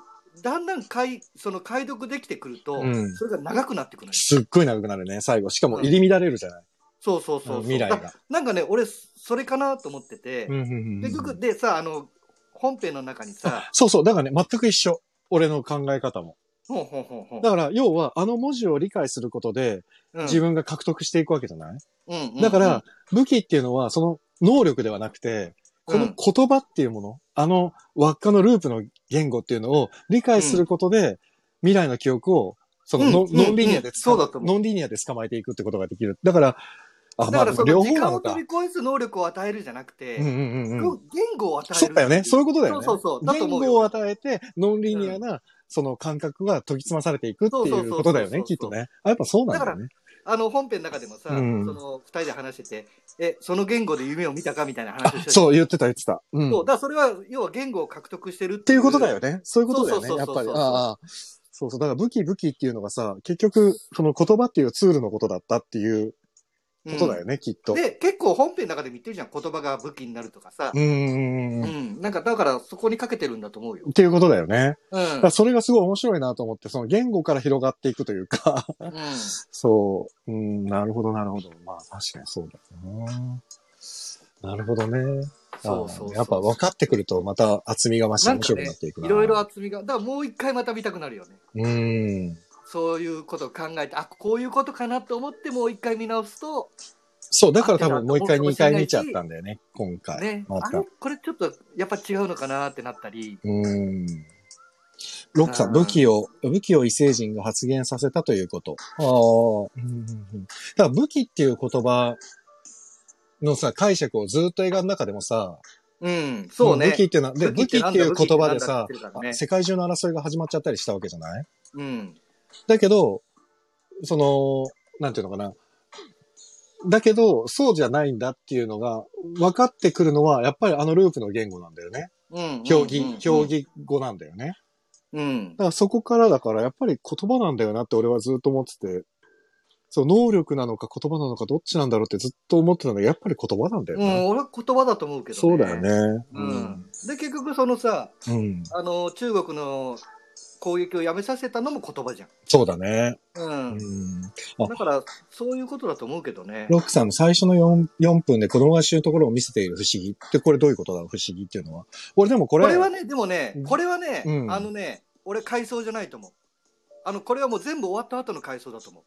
だんだん解その解読できてくると、うんそれが長くなってくるのよすっごい長くなるね、最後。しかも入り乱れるじゃない。そうそうそうんうそう未来だが。なんかね俺それかなと思ってて、うんうんうん結局でさあの本編の中にさそうそう。だからね、全く一緒。俺の考え方も。ほんほんほんほんだから、要は、あの文字を理解することで、うん自分が獲得していくわけじゃない、うんうんうんだから、、武器っていうのは、その能力ではなくて、この言葉っていうもの、あの輪っかのループの言語っていうのを理解することで、未来の記憶を、そのノ,、うんノンリニアうんうでんそうだと思うノンリニアで捕まえていくってことができる。だから、あ、まだかあらそ、両の時方な間のをか飛。び越えす能力を与えるじゃなくて、うんうんうんうん。言語を与えるっていそうだよね。そういうことだよね。そうそうそうだと言思うよ語を与えて、ノンリニアな、その感覚が研ぎ澄まされていくってそうそういそううそうことだよね、きっとね。あ、やっぱそうなんだよね。あの本編の中でもさ、うんその二人で話しててえその言語で夢を見たかみたいなあ話をして、たそう、言ってた、言ってた。うん。そうっだからそれは要は言語を獲得してるっていうことだよね。そういうことだよね、そうやそうっそぱうそうり。ああ。そうそう。だから武器武器っていうのがさ、結局、その言葉っていうツールのことだったっていううんことだよね、きっと。で結構本編の中でも言ってるじゃん言葉が武器になるとかさう、ーうんん。なんかだからそこにかけてるんだと思うよ、っていうことだよね。うんだからそれがすごい面白いなと思って、その言語から広がっていくというか、 うん、そう。うん、なるほど、なるほど。まあ、確かにそうだよな。なるほどね。そうそうそうあーやっぱ分かってくると、また厚みが増して面白くなっていくな。いろいろ厚みがだからもう一回また見たくなるよねうん。そういうことを考えてあこういうことかなと思ってもう一回見直すとそう、だから多分もう一回、合って二るか回も見ちゃったんだよね、今回。ね、まあたれ。これちょっとやっぱ違うのかなってなったり、うん。ロックさ、うんん武器を、武器を異星人が発言させたということ。ああ。うんうんうんだから武器っていう言葉のさ、解釈をずっと映画の中でもさ、うん、そうね。武器っていうのは、で、武器っていう言葉でさ武器、ってなんだ武器ってなんだって言ってるからね世界中の争いが始まっちゃったりしたわけじゃないうん、だけど、その、なんていうのかな。だけど、そうじゃないんだっていうのが、分かってくるのは、やっぱりあのループの言語なんだよね。うん、競技、うん競、技語なんだよね。うんだ、からそこからだから、やっぱり言葉なんだよなって俺はずっと思ってて、そう、能力なのか言葉なのかどっちなんだろうってずっと思ってたんだけど、やっぱり言葉なんだようね。ん、俺は言葉だと思うけど、そうだよ。ね。うん、で結局そのさうん。うん。あの中国の攻撃をやめさせたのも言葉じゃん。そうだね。うん、うん。あだからそういうことだと思うけどね。ロックさんの最初の 4, 4分で子供が死ぬところを見せている不思議って、これどういうことだろう不思議っていうのは。俺でもここれ、れはねでもねこれはね、うんあのね俺回想じゃないと思う。あのこれはもう全部終わった後の回想だと思う。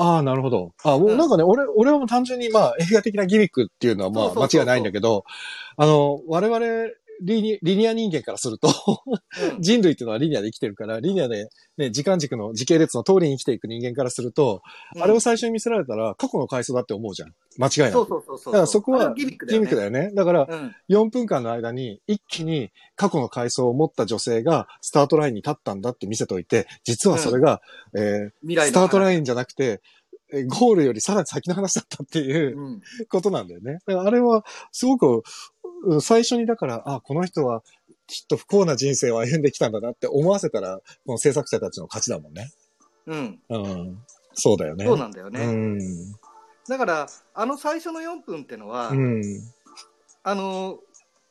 ああ、なるほど。あもううんなんかね、俺、俺はもう単純にまあ映画的なギミックっていうのはまそうあそうそうそ間う違いないんだけど、あの、我々リニ、リニア人間からすると、うん人類っていうのはリニアで生きてるから、リニアでね、時間軸の時系列の通りに生きていく人間からすると、あれを最初に見せられたら過去の回想だって思うじゃん。間違いなく。そうそうそうそう。だからそこあれはギミックだギよミね。ックだよね。だから、うん。 4分間の間に一気に過去の回想を持った女性がスタートラインに立ったんだって見せといて、実はそれが、えー未来の話スタートラインじゃなくて、えーゴールよりさらに先の話だったっていううん。ことなんだよね。だからあれは、すごく、うん最初にだから、あ、この人はきっと不幸な人生を歩んできたんだなって思わせたら、この制作者たちの勝ちだもんね。うん。うん。そうだよね。そうなんだよね。うん。だから、あの最初の4分ってのは、うん。あの、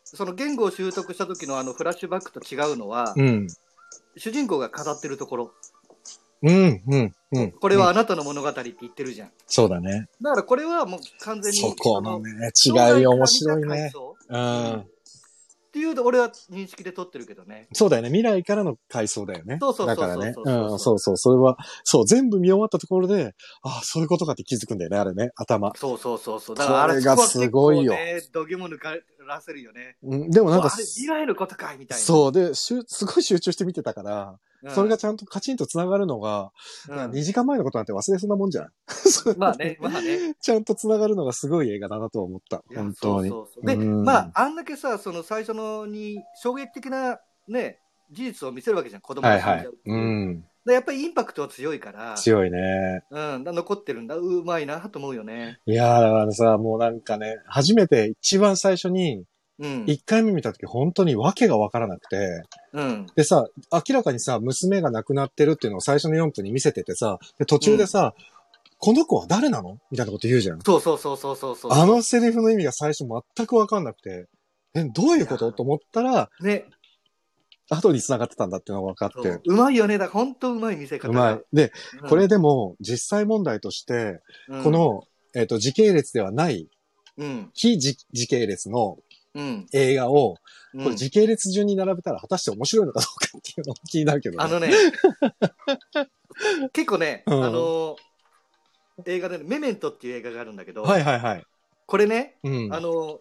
その言語を習得した時のあのフラッシュバックと違うのは、うん。主人公が語ってるところ、うん。うん。うん。これはうん、あなたの物語って言ってるじゃん。そうだね。だからこれはもう完全に、そこのね、その違い面白い将来から見ねた回。想う想ん。っていうと俺は認識で取ってるけどね。そうだよね。未来からの回想だよね。そうそうそうそうだからね。そうそうそううん、そうそう。それは、そう、全部見終わったところで、ああ、そういうことかって気づくんだよね、あれね、頭。そうそうそうそう。これがすごいよそこは結構ね、度肝抜からせるよね。うん、でもなんあかれ、、未来のことかいみたいな。そう、で、しゅすごい集中して見てたから、うんそれがちゃんとカチンと繋がるのが、うん2時間前のことなんて忘れそうなもんじゃん。まあね、まあね。 ちゃんと繋がるのがすごい映画だなと思った。いや本当に。そうそうそうで、うんまああんだけさその最初のに衝撃的なね事実を見せるわけじゃん、子供はがい死んじゃはいうって。いうだかん。らやっぱりインパクトは強いから、強いね。うん、だ残ってるんだ、うまいなと思うよね。いやー、だからさ、もうなんかね、初めて一番最初に、うん。一回目見た時本当に訳がわからなくて、うん。でさ、明らかにさ、娘が亡くなってるっていうのを最初の4分に見せててさ、で途中でさ、この子は誰なのみたいなこと言うじゃん。そうそうそうそうそうそう。あのセリフの意味が最初全くわかんなくて、え、どういうこいとやと思ったら、ね、後に繋がってたんだっていうのが分かっそてう。うまいよね、だから本当うまい見せ方うが。まい。で、うんこれ、でも、実際問題として、うんこ、の、えっ、と、時系列ではない、うん、非時時系列のうん、映画を、うんこれ時系列順に並べたら果たして面白いのかどうかっていうのも気になるけど、あのね、結構ね、うんあのー映画でね、メメントっていう映画があるんだけど、はいはいはい。これね、うんあ。のー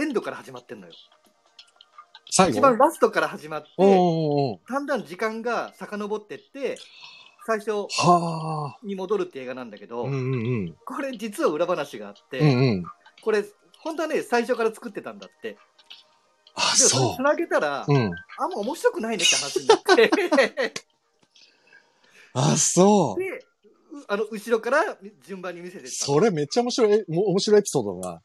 エンドから始まってんのよ。最一後。番ラストから始まって、おうおうおうだんだん時間が遡ってって、最初はあ。に戻るって映画なんだけど、うんうんうん。これ実は裏話があって、うんうん。これ、本当はね、最初から作ってたんだって。であ、もそれそつなげたら、う。うん。あんま面白くないねって話にな って。で、あ、そう。うあの、後ろから順番に見せてった。それめっちゃ面白い、も面白いエピソードだな。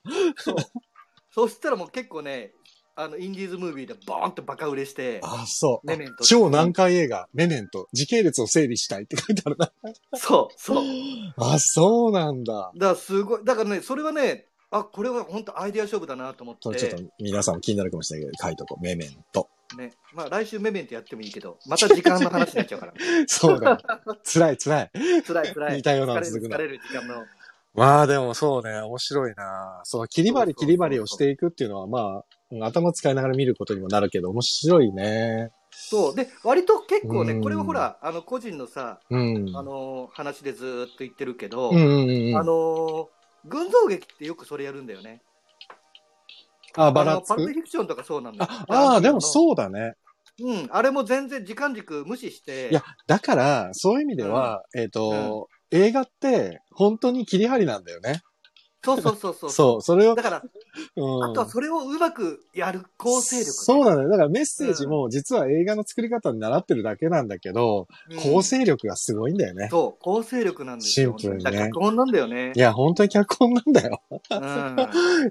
そしたらもう結構ね、あの、インディーズムービーでボーンとバカ売れして、あ、そう。メメント超難解映画、メメント、時系列を整理したいって書いてあるな。そう、そう。あ、そうなんだ。だからすごい、だからね、それはね、あ、これは本当アイデア勝負だなと思っ、これちょってと皆さんも気になるかもしれないけど、書いとこう。メメント。ね、まあ来週メメントやってもいいけど、また時間の話になっちゃ うから、そう だ。辛い辛い。辛い辛い。似たような疲のれ続くるな疲れる時間の。まあでもそうね、面白いなその切り張り切り張りをしていくっていうのは、まあ、頭使いながら見ることにもなるけど、面白いね。そう。で、割と結構うね、んこれはほら、あの、個人のさ、うん。あのー話でずーっと言ってるけど、うんうんうんうあん。のー群像劇ってよくそれやるんだよね。あ、バラあのパつルくプフィクションとかそうなんだよあ、ああ、でもう。そうだね。うん、あれも全然時間軸無視して、いや、だから、そういう意味では、えっ、と、映画って、本当に切り張りなんだよね。そうそうそうそ。そうう、それを、だから、うん。あとはそれをうまくやる構成力ね、そうなんだよ。だからメッセージも、実は映画の作り方に習ってるだけなんだけど、うん構成力がすごいんだよね。そう、構成力なんですよ。シンプルにねだから脚本なんだよねい。や、本当に脚本なんだよ。 う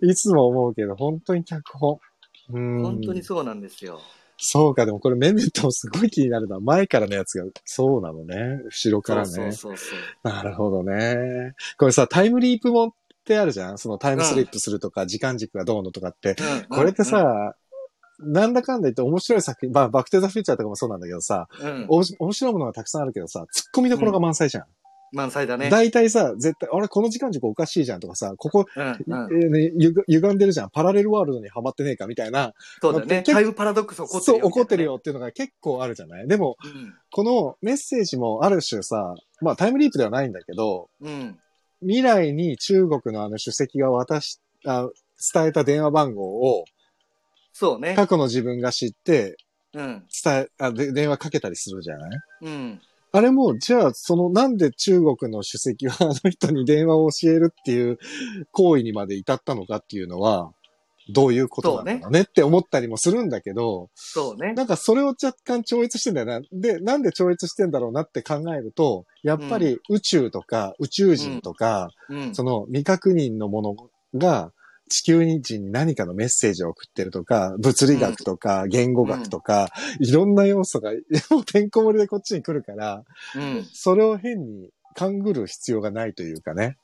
ん。いつも思うけど、本当に脚本。うん。本当にそうなんですよ。そうか、でもこれメメントもすごい気になるのは前からのやつが、そうなのね。後ろからね。そうそうそうそう。なるほどね。これさ、タイムリープもんってあるじゃんそのタイムスリップするとか、時間軸がどうのとかって。うん これって、さ、なんだかんだ言って面白い作品、まあ、バックテザフューチャーとかもそうなんだけどさ、うんうんおもし面白いものがたくさんあるけどさ、突っ込みどころが満載じゃん。満載だね。大体さ、絶対、あれ、この時間軸おかしいじゃんとかさ、ここ、うんうんえーねゆが歪んでるじゃん。パラレルワールドにはまってねえかみたいな、そうだよね。結構タイムパラドックス起こってそう、るよみたいなね。怒ってるよっていうのが結構あるじゃないでも、うこのメッセージもある種さ、まあタイムリープではないんだけど、ん。うん。未来に中国のあの主席が渡し、あ伝えた電話番号をそうね。過去の自分が知ってうん。伝え、あで電話かけたりするじゃないうん。あれも、じゃあ、その、なんで中国の主席は あの人に電話を教えるっていう行為にまで至ったのかっていうのは、どういうことなのかねって思ったりもするんだけど、そうね。なんかそれを若干超越してんだよな。で、なんで超越してんだろうなって考えると、やっぱり宇宙とか宇宙人とか、うん。その未確認のものが地球人に何かのメッセージを送ってるとか、物理学とか言語学とか、いろんな要素がもうてんこ盛りでこっちに来るから、うん。 それを変に勘ぐる必要がないというかね。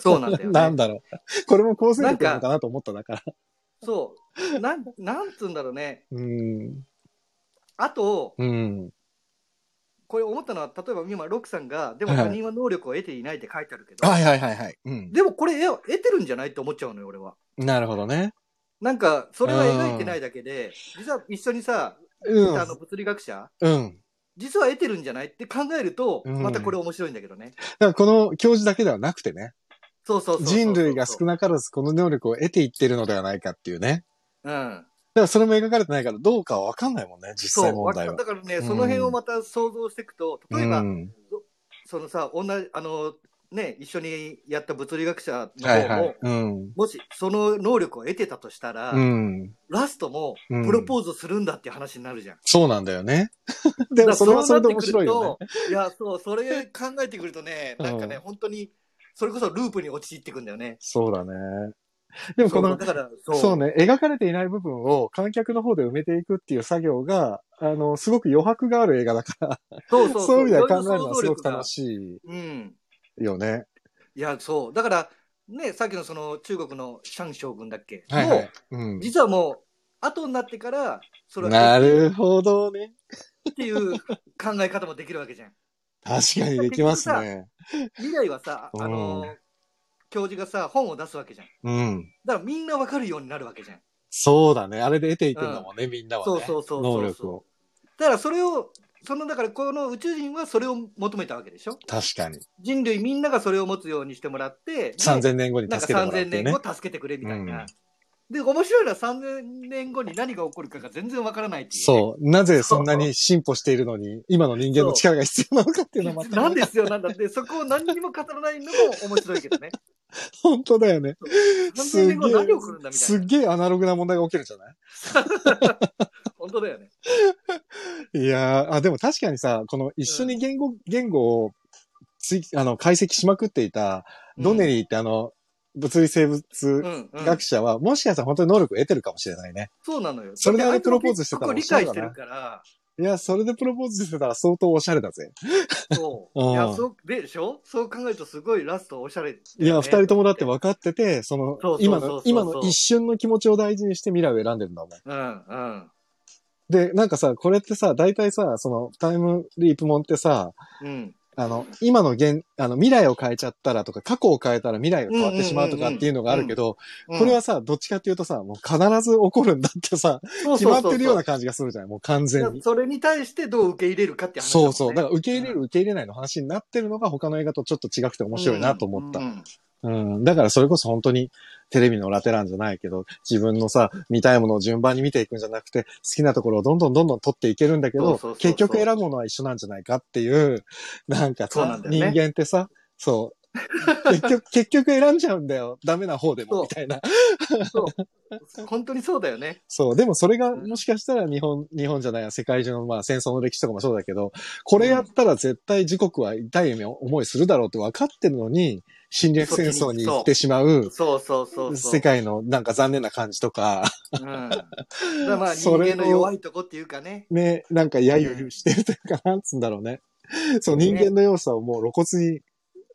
そうなんだよ、ね。なんだろう。これも構成力なのかなと思っただから。そう。なん、 なんつうん だろうね。うん。あと、うん。これ思ったのは、例えば今、ロックさんが、でもはいは他い人は能力を得ていないって書いてあるけど、はいはいはいはい。うん。でもこれ、え得てるんじゃないって思っちゃうのよ、俺は。なるほどね。なんか、それは描いてないだけで、実は一緒にさ、うあん。の物理学者、うん。実は得てるんじゃないって考えると、うんまたこれ面白いんだけどね。だからこの教授だけではなくてね、そうそうそうそう人類が少なからずこの能力を得ていってるのではないかっていうね。うん。だからそれも描かれてないからどうかは分かんないもんね、実そ際う。問わ題かは。だからね、うんその辺をまた想像していくと、例えば、うんそのさ、同じ、あの、ね、一緒にやった物理学者のは方いも、はい。うん。もしその能力を得てたとしたら、うん。ラストもうんプロポーズするんだっていう話になるじゃん。そうなんだよ ね。でもそれはそれで面白いよね。いや、そう、それ考えてくるとね、なんか ね、うん本当に、それこそループに陥っていくんだよね。そうだね。でもこそうのだから、そう。そうね、描かれていない部分を観客の方で埋めていくっていう作業が、あの、すごく余白がある映画だから、 そうそうそういう意味では考えるいのろいはろすごく想像力が楽しうん。いよね。いや、そう。だから、ね、さっきのその中国のシャン将軍だっけ、はい、はもい。うんう、。実はもう、後になってから、それをなるほどね。っていう考え方もできるわけじゃん。確かにできますね。未来はさ、あのう、教授がさ、本を出すわけじゃん。うん。だからみんなわかるようになるわけじゃん。そうだね。あれで得ていくんだもんね、みんなはね。そうそうそうそう能力を。だからそれを、そのだからこの宇宙人はそれを求めたわけでしょ確かに。人類みんながそれを持つようにしてもらって、で3000年後になんか助けてもらって3000ね。年後助けてくれみたいな。で、面白いのは3000年後に何が起こるかが全然わからないっていう。そう。なぜそんなに進歩しているのに、今の人間の力が必要なのかっていうのはまた、なんですよ、なんだって、そこを何にも語らないのも面白いけどね。本当だよね。 3000年後何起こるんだみたすいっな。げえアナログな問題が起きるんじゃない本当だよね。いやーあ、でも確かにさ、この一緒に言語、言語をつい、あの、解析しまくっていた、ドネリーってあの、物理生物うん、うん、学者は、もしかしたら本当に能力を得てるかもしれないね。そうなのよ。それであれプロポーズしてたらここ理解してるから、いや、それでプロポーズしてたら相当オシャレだぜ。そ う。うんいや、そう、でしょそう考えるとすごいラストおしゃれだよね、いや、二人ともだって分かってて、そのそうそうそう、そう今の、今の一瞬の気持ちを大事にして未来を選んでるんだもん。うん、うん。で、なんかさ、これってさ、大体さ、その、タイムリープもんってさ、うん。あの、今の現、あの、未来を変えちゃったらとか、過去を変えたら未来が変わってしまうとかっていうのがあるけど、う んこれはさ、どっちかっていうとさ、もう必ず起こるんだってさ、そう決そうまそうっそうてるような感じがするじゃないもう完全に。それに対してどう受け入れるかって話だもんそうそねう。だから受け入れる、うん受け入れないの話になってるのが他の映画とちょっと違くて面白いなと思った。うんうんうんだからそれこそ本当にテレビのラテランじゃないけど、自分のさ、見たいものを順番に見ていくんじゃなくて、好きなところをどんどんどんどん取っていけるんだけど、そうそうそうそう結局選ぶものは一緒なんじゃないかっていう、なんかさそうなんだよね人間ってさ、そう。結 局、結局選んじゃうんだよ。ダメな方でそも、うみたいな。そう本当にそうだよね。そう。でもそれがもしかしたら日本、日本じゃないや、世界中のまあ戦争の歴史とかもそうだけど、これやったら絶対自国は痛い思いするだろうって分かってるのに、侵略戦争に行ってしまう、そうそうそうそう。世界のなんか残念な感じとか、 うん。だからまあ人それを間の弱いとこっていうかね。ね、なんか揶揄してるというか、なんつうんだろう ね。そう、ね人間の要素をもう露骨に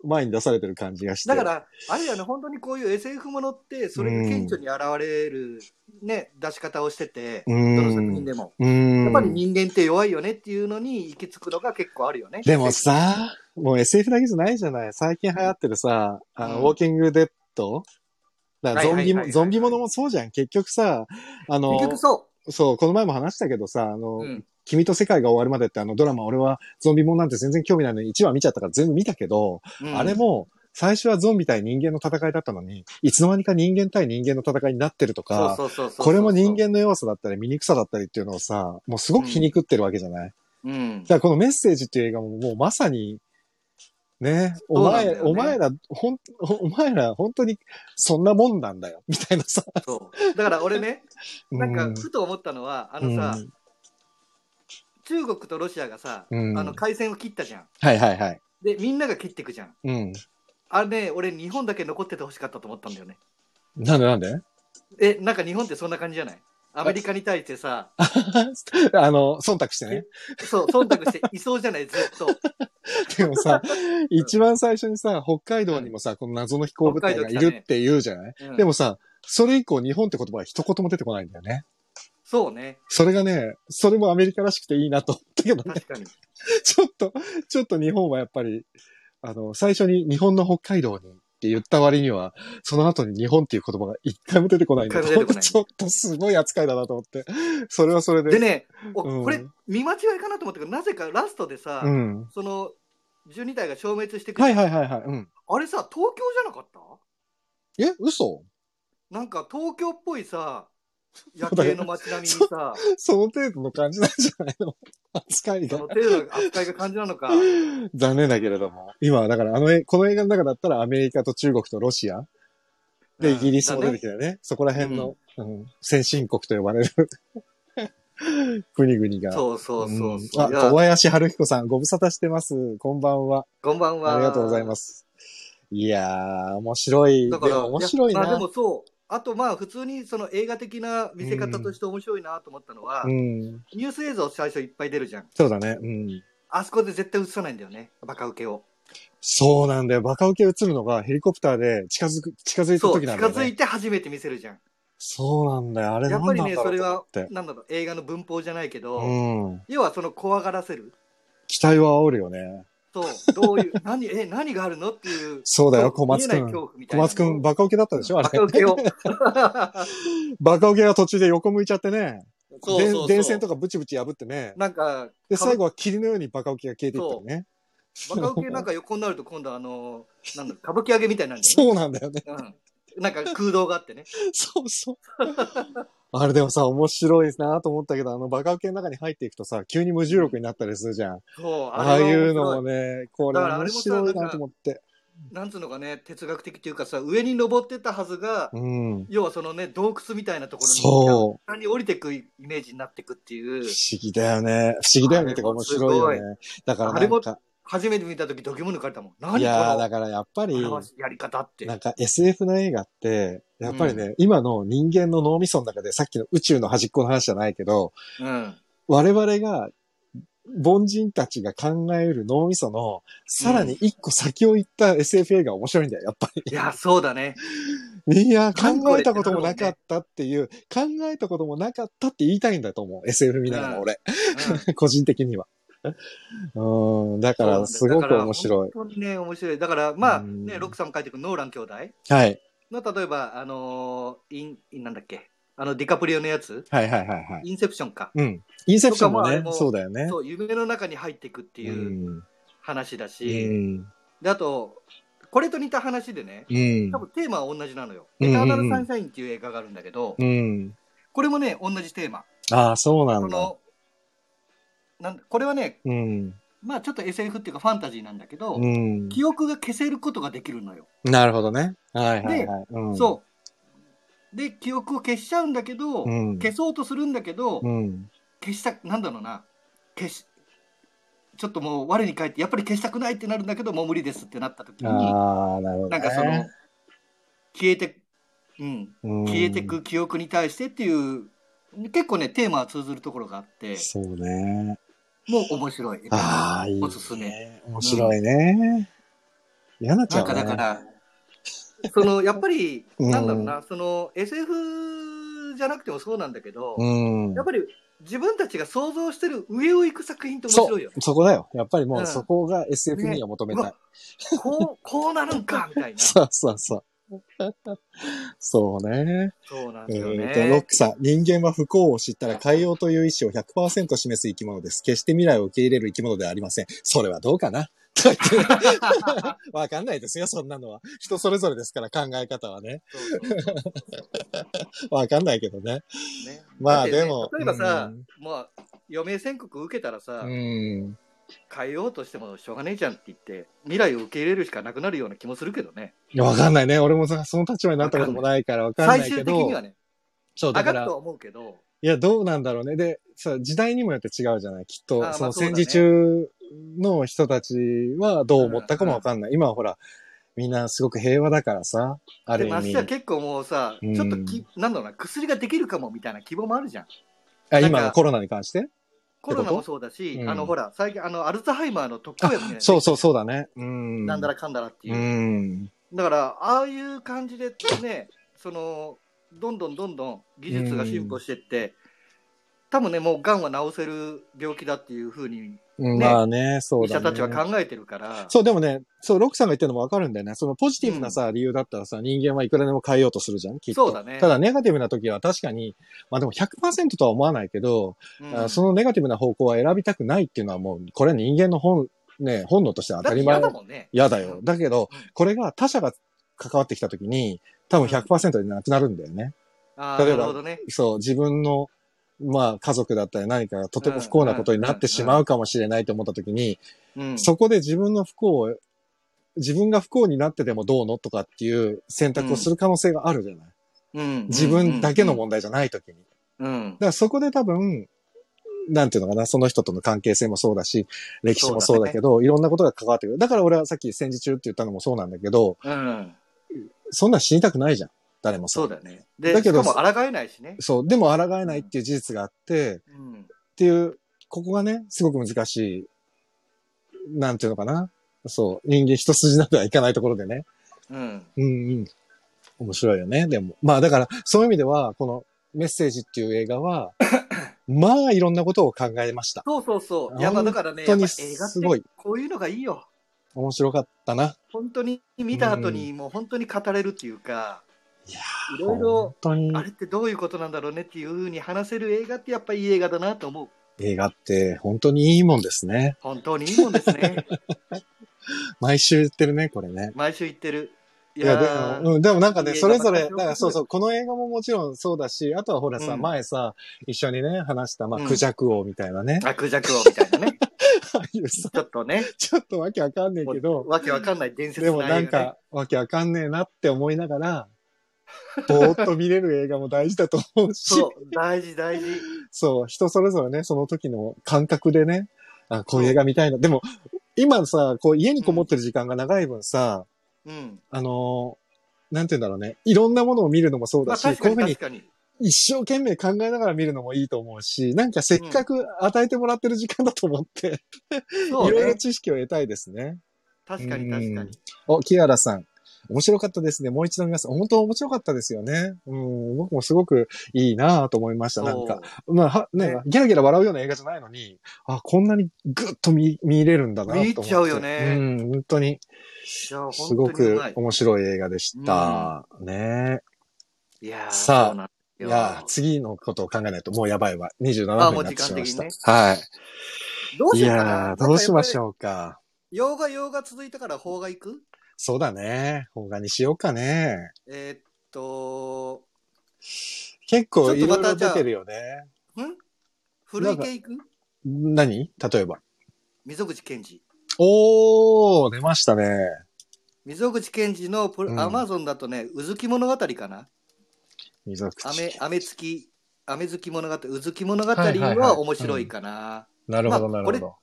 前に出されてる感じがして。だから、あれだよね、本当にこういう SF ものって、それが顕著に現れる、ね、出し方をしてて、うどん、の作品でも。うん。やっぱり人間って弱いよねっていうのに行き着くのが結構あるよね。でもさ、もう SF だけじゃないじゃない。最近流行ってるさ、あの、うんウォーキングデッドだからゾンビはいはいも、はいはいゾンビものもそうじゃん。結局さ、あ結の局、そそう、この前も話したけどさ、あの、う。うん。君と世界が終わるまでってあのドラマ、俺はゾンビもんなんて全然興味ないのに1話見ちゃったから全部見たけど、うんあれも、最初はゾンビ対人間の戦いだったのに、いつの間にか人間対人間の戦いになってるとか、そうそうそうそうこれも人。間の要素だったり、醜さだったりっていうのをさ、もうすごく皮肉ってるわけじゃない、うんだか。らこのメッセージっていう映画ももうまさに、ね、おそうなん前、だよねお前ら、ほん、お前ら本当にそんなもんなんだよ、みたいなさ。そう。だから俺ね、なんうか、ふと思ったのは、あのさ、中国とロシアがさ、うんあの海戦を切ったじゃん。はいはいはい。で、みんなが切っていくじゃん。うん。あれね、俺、日本だけ残っててほしかったと思ったんだよね。なんでなんで え、なんか日本ってそんな感じじゃないアメリカに対してさ、あの、忖度してね。そう、忖度していそうじゃない、ずっと。でも さ、一番最初にさ、北海道にもさ、この謎の飛行部隊がいるって言うじゃない、うんでもさ、それ以降日本って言葉は一言も出てこないんだよね。そうね、それがね、それもアメリカらしくていいなと思ったけどね。確かに。ちょっと、ちょっと日本はやっぱり、あの、最初に日本の北海道にって言った割には、その後に日本っていう言葉が一回も出てこないんで、一回も出てこないちょっとすごい扱いだなと思って。それはそれで。でね、おうんこれ、見間違いかなと思ったけど、なぜかラストでさ、うん。その、12体が消滅してくる、はいはいはいはい。うん。あれさ、東京じゃなかったえ、嘘なんか東京っ ぽいさ、夜景の街並みにさ、その程度の感じなんじゃないの扱いそがの。程度の扱いが感じな のか。残念だけれども。今はだからあの絵、この映画の中だったらアメリカと中国とロシア。で、うんイギリスもだ出ねてきたよね。そこら辺の、うん先進国と呼ばれ る国々が。そうそうそうそう。んいあ、小や林春彦さん、ご無沙汰してます。こんばんは。こんばんは。ありがとうございます。いやー、面白い。でだから、も面白いやまあな。でもそう。あとまあ普通にその映画的な見せ方として面白いなと思ったのは、うん。ニュース映像最初いっぱい出るじゃん。そうだね。うん。あそこで絶対映さないんだよね。バカ受けを。そうなんだよ。バカ受け映るのがヘリコプターで近づく、近づいたそう、時な近んだよづね。いて初めて見せるじゃん。そうなんだよ。あれや何なんっぱだろうりね、とそれ思はっ、て。なんだろう、映画の文法じゃないけど、うん。要はその怖がらせる。期待は煽るよね。そう、どういう、何、え、何があるのっていう。そうだよ、小見松えなくいん。恐怖みた小いな。松くん、バカ受けだったでしょあバカれ。受けを。バカ受けが途中で横向いちゃってね。そうそうそうで電線とかブチブチ破ってね。なんか、で、最後は霧のようにバカ受けが消えていったりね。バカ受けなんか横になると今度あの、なんだろう、歌舞伎揚げみたいになるんだよそうなんだよね。ね。うん。なんか空洞があってね。そう そう。あれでもさ、面白いなと思ったけど、あの、バカ受けの中に入っていくとさ、急に無重力になったりするじゃん。そう、ああれは面白いうのもね、これだからあ面れもさ白いなんなかと思って。なんつうのかね、哲学的っていうかさ、上に登ってたはずが、うん。要はそのね、洞窟みたいなところに、そう。下に降りてくイメージになってくっていう不、思議だよね。不思議だよねってかあれ面もす白ごいいよね。だからあなれんもか、初めて見たとき、どぎも抜かれたもん。何いやーこだからやっぱり、の表しやり方って。なんか SF の映画って、やっぱりね、今の人間の脳みその中でさっきの宇宙の端っこの話じゃないけど、うん。我々が、凡人たちが考える脳みその、さらに一個先を行った SF 映画面白いんだよ、やっぱり。 いや、そうだね。みんな考えたこともなかったっていう、考えたこともなかったって言いたいんだと思う。SF 見ながら俺、 個人的には。うん、だうかんらすごく面白い。本当にね、面白い。だから、まあ、うんね、ロックさん書いてくるノーラン兄弟はい。の、例えば、あのーイン、インなんだっけ、あの、ディカプリオのやつ、はいはいはいはい。インセプションか。うん。インセプションもとかまああれね、もそうだよね。そう、夢の中に入っていくってう。いうん話だうし、ん。で、あと、これと似た話でね、うん多。分テーマは同じなのよ。うんうエんうんターナルサンシャインっていう映画があるんだけど、うん。これもね、同じテーマ。ああ、そうなこんだ。の、なんこれはね、うん。まあちょっと SF っていうかファンタジーなんだけど、うん。記憶が消せることができるのよ。なるほどね。はいはいはい。うん、そう。で、記憶を消しちゃうんだけど、うん消そうとするんだけど、うん。消した、なんだろうな、消し、ちょっともう我に返って、やっぱり消したくないってなるんだけど、もう無理ですってなった時に、なああ、なるほど、ね。んかその、消えて、うん、うん、消えてく記憶に対してっていう、結構ね、テーマは通ずるところがあって、そうね。もう面白い。ああ、いい、ね。おすすめ面白いね。嫌になっちなゃんうかね。だから、そのやっぱり、 うんなんだろうな、その SF じゃなくてもそうなんだけど、うんやっ。ぱり自分たちが想像してる上を行く作品って面そ白いうよね、。そこだよ。やっぱりもうんうそこが SF には求めたい。ねこう、こうなるんか、みたいな。そうそうそう。 そうね。そうなんえですよーと、ロッね。クさん、人間は不幸を知ったら変えようという意思を100%示す生き物です。決して未来を受け入れる生き物ではありません。それはどうかなとか言って わかんないですよ、そんなのは。人それぞれですから、考え方はね。そうそうそうわかんないけどね。ねまあだってねでも例えばさうん、もう余命宣告受けたらさ、うん。変えようとしてもしょうがねえじゃんって言って、未来を受け入れるしかなくなるような気もするけどね。いやわかんないね。俺もさ、その立場になったこともないからわかんな最いけ終的ど。にはね、そう、上だがかるらとは、思うけど、いや、どうなんだろうね。で、さ、時代にもよって違うじゃない。きっあーと、そまあのそうだ戦ね時中の人たちはどう思ったかもわかんない。今はほら、みんなすごく平和だからさ、あでるも意あっ味ち。は結構もうさ、うんちょっとき、なんだろうな、薬ができるかもみたいな希望もあるじゃん。あなんか今のコロナに関してコロナもそうだし、うんあのほら、最近、あのアルツハイマーの特効薬みたいなそうそうそうだね。うん。なんだらかんだらっていうう。ん。だから、ああいう感じでね、その、どんどんどんどん技術が進歩してって、多分ね、もうがんは治せる病気だっていうふうにうんねまあね、そう医だ者ね。たちは考えてるから、そう、でもね、そう、ロックさんが言ってるのもわかるんだよね。そのポジティブなさ、理由だったらさ、人間はいくらでも変えようとするじゃん、きっと。そうだねただ、ネガティブな時は確かに、まあでも100%とは思わないけど、うんあそのネガティブな方向は選びたくないっていうのはもう、これは人間の本、ね、本能としては当たり前だって嫌だもんね。嫌だよ。だけどうん、これが他者が関わってきた時に、多分100%でなくなるんだよね。ああ、例えなばるほどね。そう、自分のまあ家族だったり何かがとても不幸なことになってしまうかもしれないと思った時に、うん、そこで自分の不幸を、自分が不幸になってでもどうのとかっていう選択をする可能性があるじゃない。うん自分だけの問題じゃない時に。うんだからそこで多分、なんていうのかな、その人との関係性もそうだし、歴史もそうだけど、いろんなことが関わってくる。だから俺はさっき戦時中って言ったのもそうなんだけど、うん、そんなん死にたくないじゃん。誰もさそうだね。で、だけどしかも抗えないしね。そう。でも抗えないっていう事実があって、っうん、ていう、ここがね、すごく難しい、なんていうのかな。そう。人間一筋なではいかないところでね。うん、うんうん。面白いよね、でも。まあだから、そういう意味では、このメッセージっていう映画 は、まあいろんなことを考えました。そうそうそう。いや、まあだからね、本当にやっぱ映画すごっいてこういうのがいいよ。面白かったな。本当に見た後にもう本当に語れるっていうか、いやいろいろ本、当にあれってどういうことなんだろうねっていうふうに話せる映画ってやっぱいい映画だなと思う。映画って本当にいいもんですね。本当にいいもんです ね。毎週言ってるね、これね。毎週言ってる。いいや、ーでも、うん、でもなんかいね、い映そ画れぞれ、ばだっかりからそうそう、この映画ももちろんそうだし、あとはほらさ、うん前さ、一緒にね、話した、まうあ、んクジャク王みたいな ね。悪弱王みたいなね。ああいうさ、ちょっとね、ちょっとわけわかんねえけど、わけわかんない伝説でのもな映ん画ねか、わけわかんねえなって思いながら、ぼーっと見れる映画も大事だと思うし、そう、大事大事。そう、人それぞれね、その時の感覚でね、あ、こういう映画見たいな。でも、今さ、こう家にこもってる時間が長い分さ、うん。あのーなんて言うんだろうね、いろんなものを見るのもそうだまあし、確こかういにうふうに確かに。一生懸命考えながら見るのもいいと思うし、なんかせっかく与えてもらってる時間だと思って、そいうろいろね。知識を得たいですね。確かに確かに。お、キアラさん。面白かったですね。もう一度見ます。本当面白かったですよね。うん、僕もすごくいいなぁと思いました。なんか。まあ、はねね、ギャラギャラ笑うような映画じゃないのに、あ、こんなにぐっと見、見れるんだなと思って。見入っちゃうよねうん、本当に、そう。すすごごくく。面白い映画でした。ねいやーさあそうなんですいよや、次のことを考えないともうやばいわ。27あ分もにうなっ時てし間まいま的しにた。ねはい。どういしようかな。やー、どうしましう。ょうか。洋画洋画続いたから邦画行くそうだね。邦画にしようかね。えーっと、結構いちょろいっとまろたじゃ出あてるよね。ん古い系行く何例えば。溝口健二。おー、出ましたね。溝口健二のプロ、うんアマゾンだとね、うずき物語かな。溝口。あめ、あめつき、あめずき物語、うずき物語はいはいはいは面白いかな。なるほど、まなあるほど。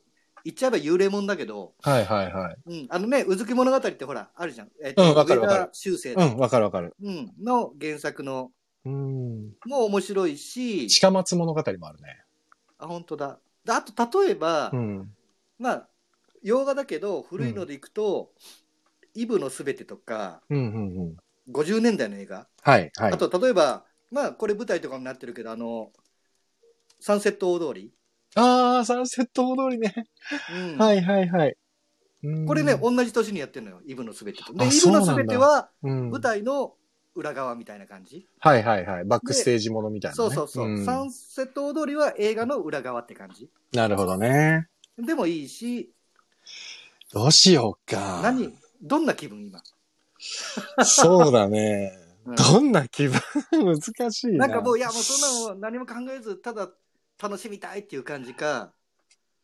言っちゃえば幽霊もんだけど、はいはいはい。うん、あのね、うずき物語ってほら、あるじゃん。えっうんわかる上わかる田修正うの,、ん、わかるわかる。うん、の原作の、うん。もう面白いし、近松物語もあるね。あ、本当だ。であと、例えば、ん。まあ、洋画だけど、古いのでいくと、イブのすべてとか、うんうんうん。 50年代の映画。はいはい。あと、例えば、まあ、これ舞台とかになってるけど、あの、サンセット大通り。あー、サンセット大通りね。うんはいはいはい。うんこれね、同じ年にやってるのよ、イブのすべてと。で、あイそブうなんのだすべては、うん舞台の裏側みたいな感じ。はいはいはい。バックステージものみたいなね。そうそうそう。んサンセット大通りは映画の裏側って感じ。なるほどね。でもいいし、どうしようか。何、どんな気分今。そうだ ね。うんどんな気分難しいな。なんかもう、いや、もうそんなの何も考えず、ただ楽しみたいっていう感じか、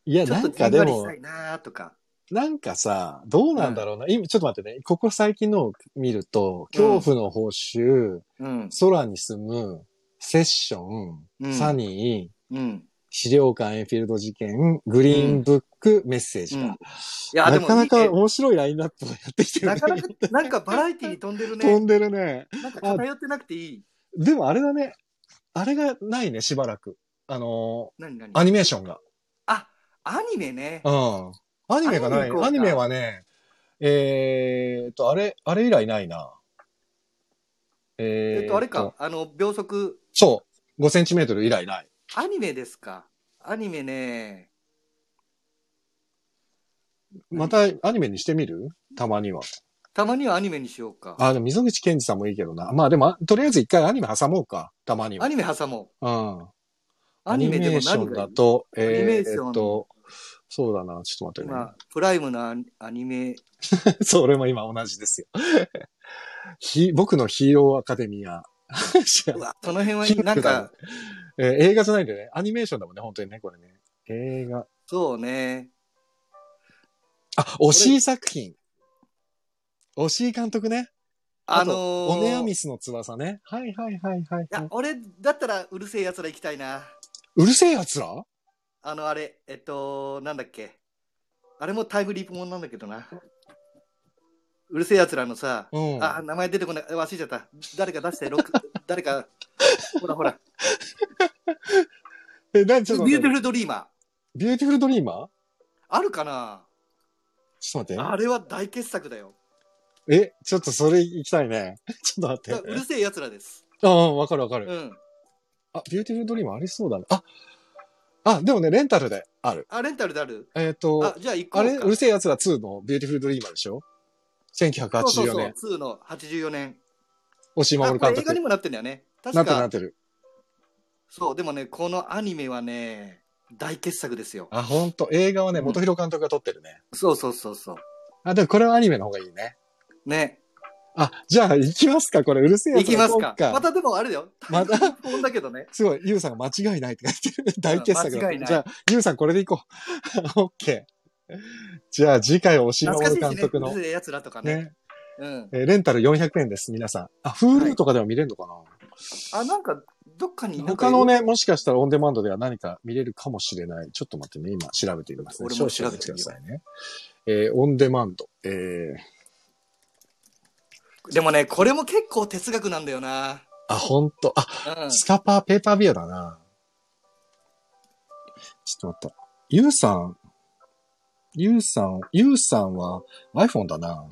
いや、ちょなっとんじかんわでりしもた、いなとか。なんかさ、どうなんだろうな。今、ちょっと待ってね。ここ最近のを見ると、うん恐怖の報酬、うん。空に住む、セッショうン、んサニー、うん。資料館エンフィールド事件、グリーンブック、メッセージうんが。いや、でなもかないいかね面白いラインナップをやってきてるなねか。なか、なんかバラエティに飛んでる飛ね。んでるね。なんか偏ってなくていい。でもあれだね。あれがないね、しばらく。あの何何ーアニメーションが。あ、アニメね。うん。アニメがなアニメい。行こうかアニメはね、えーっと、あれ、あれ以来ないな。えーえっと、あれか、あの、秒速、そう。5センチメートル以来ない。アニメですか。アニメね。またアニメにしてみるたまには。たまにはアニメにしようか。あ、でも溝口健二さんもいいけどな。まあでも、あとりあえず一回アニメ挟もうか。たまには。アニメ挟もうん。う。アニメでアニメーもショ何ンがだいいと、アニメーションえーっと、そうだな。ちょっと待ってね今。、プライムのアニアニメ。 それも今同じですよ。 ひ僕のヒーローアカデミア。知らうないわ、その辺ピンクは、だ なんねか、 えー映画じゃないんだよね。アニメーションだもんね、本当にね、これね。映画。そうね。あ、押井作品。押井監督ね。ああののーオネアミスの翼ね。はいはいはいはい、いや、俺だったらうるせえやつら行きたいな。うるせえ奴らあの、あれ、えっと、なんだっけ。あれもタイムリープもんなんだけどな。うるせえやつらのさ、うん。あ、名前出てこない。忘れちゃった。誰か出し て、録誰か、ほらほら。え、なにちビょっと待っューティて。フルドリーマー。ビューティフルドリーマーあるかなちょっと待あれは大傑作だよ。って。え、ちょっとそれ行きたいね。 ちょっとだ待うっるて。せえやつらです。ああ、わかるわかる。うん。あ、ビューティフルドリーマーありそうだね。あ、あ、でもね、レンタルである。あ、レンタルである。えっ、と、ああ、じゃあ行こうか。れ、うるせえ奴ら2のビューティフルドリーマーでしょ ?1984 年、そうそうそう、2の84年。押井あ守これ監映画督に。もなってんだよね。確なかってるなってる。そう、でもね、このアニメはね、大傑作ですよ。あ、ほんと、映画はね、うん元広監督が撮ってるね。そうそうそうそう。あ、でもこれはアニメの方がいいね。ね。あ、じゃあ行きますかこれ、うるせえ行奴きらます行こうか。またでもあれだよ。また単行本だけどね。すごい、ゆうさんが間違いないって書いてる。大傑作だった間違いないじゃあ、ゆうさんこれでいこう。 オッケー。じゃあ、次回、押井懐かし守監いしね。督のう、るせえやつらとかね。ね、うん。えーレンタル400円です、皆さん。あ、Hulu とかでは見れるのかな、あ、なんか、どっかになんか他の。ね、もしかしたらオンデマンドでは何か見れるかもしれない。ちょっと待ってね、今調べてみますね。俺も調べて少々おみよう待ちくださいね。えーオンデマンド。えー、でもね、これも結構哲学なんだよな。あ、ほんと。あ、うん。スカパーペーパービューだな。ちょっと待った。ゆうさん、ゆうさん、ゆうさんは iPhone だな。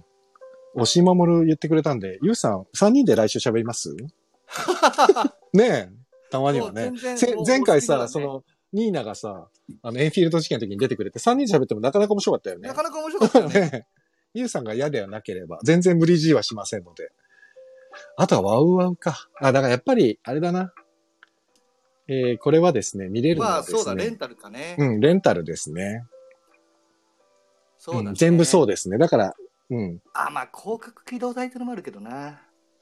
押し守る言ってくれたんで、ゆうさん、3人で来週喋ります ねえ、たまにはね。もう全然せもう前回お好さ、きそならねの、ニーナがさ、あの、エンフィールド事件の時に出てくれて、3人で喋ってもなかなか面白かったよねな。かなか面白かったよ ね。ねゆうさんが嫌ではなければ、全然無理強いはしませんので。あとはワウワウか。あ、だからやっぱり、あれだな。えーこれはですね、見れるのまはあ、ですね。そうだ、レンタルかね。うん、レンタルですね。そうだ、うねん全部そうう。ですね。だから、うん。あ、まあ、広角機動隊ってのもあるけどな。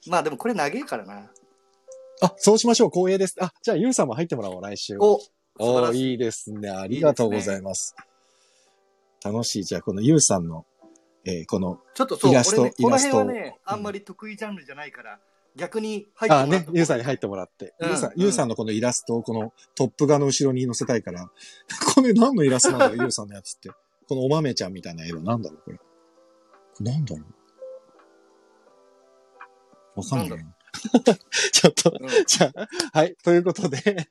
まあ、でもこれ長えからな。あ、そうしましょう。光栄です。あ、じゃあ、ゆうさんも入ってもらおう、来週。お、素晴おらしい。いいですね。ありがとうございます。楽しい。じゃあ、このゆうさんの、えーこの、ちょっとそう、イラスト俺ね、この辺はイね、あんまり得意ジャンルじゃないから、逆に入ってもらあうね、ゆうさんに入ってもらって。うんゆうさんう、んゆうさんのこのイラストをこのトップ画の後ろに載せたいから、 これ何のイラストなんだろう、ゆうさんのやつって。このお豆ちゃんみたいな色なんだろう、これ。これなんだろう。わかんななんいな。 ちょっと、うんじゃあ、はい、ということで、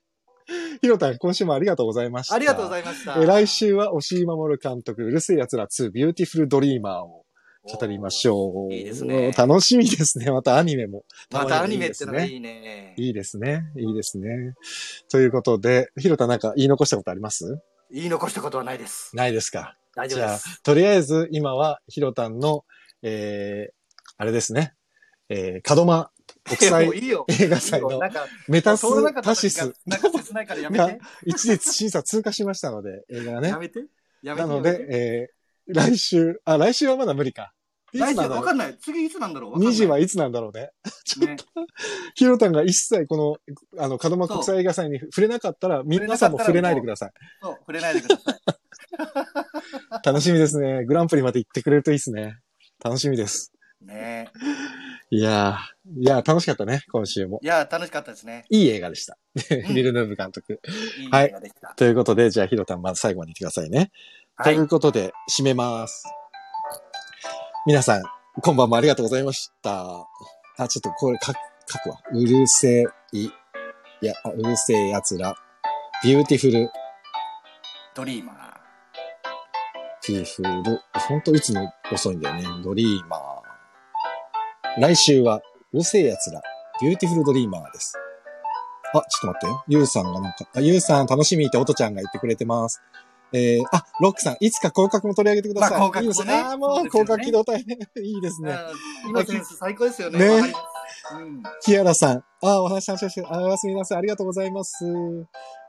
ひろたん、今週もありがとうございました。ありがとうございました。え来週は、押井守監督、うるせえ奴ら2、ビューティフルドリーマーを語りましょう。いいですね楽しみですね。またアニメも。またアニメってのがいいいね。いですね。いいですね。ということで、ひろたなんか言い残したことあります言い残したことはないです。ないですか。大丈じ夫ゃであす。、とりあえず今はひろたんの、えー、あれですね。えー、門間国 もう際 いいよ。映画祭いいよのなんか、メタスその中タシスなんか切ないからやめて。一日審査通過しましたの で、映画がねや。めて。やめなて。のやめて、で、えー、来週、あ、来週はまだ無理か。いつな来ん週だわろかうんない。次いつなんだろう。わかんない ?2 時はいつなんだろうね。ねひろたんが一切この、あの、門間国際映画祭に触れなかったら、皆さんも触れないでください。そう、触れないでください。楽しみですね。グランプリまで行ってくれるといいですね。楽しみです。ねいやー、いやー楽しかったね、今週も。いや、楽しかったですね。いい映画でした。うんミルヌーブ監督。いい映はい画でした。ということで、じゃあ、ヒロタン、まず最後まで言ってくださいね。はいとい。うことで、締めます。皆さん、こんばんもありがとうございました。あ、ちょっとこれ書く書くわ。うるせい、いや、あうるせえ奴ら、ビューティフル、ドリーマー。ティフル、ほんと打つの遅いんだよね。ドリーマー。来週は、うるせえ奴ら、ビューティフルドリーマーです。あ、ちょっと待ってよ。ゆうさんがなんか、あ、ゆうさん楽しみっておとちゃんが言ってくれてます。えー、あ、ロックさん、いつか広角も取り上げてください。まあ広角もねいいですあーもそううですよね広角機動隊ね。 いいですね。うん今センス最高ですよね。ねわかりますうんキアラさん、あー、お話ししまして、あー、おやすみなさい。ありがとうございます。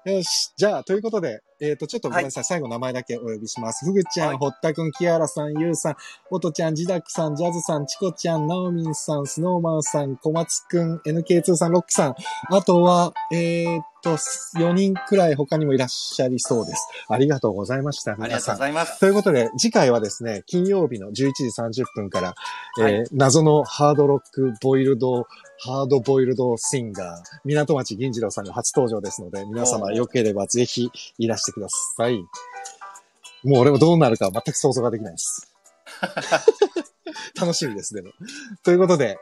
よし。じゃあ、ということで、えっ、と、ちょっとごめんなさい。最後名前だけお呼びします。ふぐちゃん、はいほったくん、キアラさん、ゆうさん、おとちゃん、ジダクさん、ジャズさん、チコちゃん、ナオミンさん、スノーマンさん、小松くん、NK2 さん、ロックさん。あとは、えっ、と、4人くらい他にもいらっしゃりそうです。ありがとうございました。あり皆がとさうんご。ざいます。ということで、次回はですね、金曜日の11時30分から、はいえー謎のハードロックボイルド、ハードボイルドシンガー、港町銀次郎さんが初登場ですので、皆お様ーよければぜひいらしてください。もう俺もどうなるか全く想像ができない です。楽しみです、でも。ということで、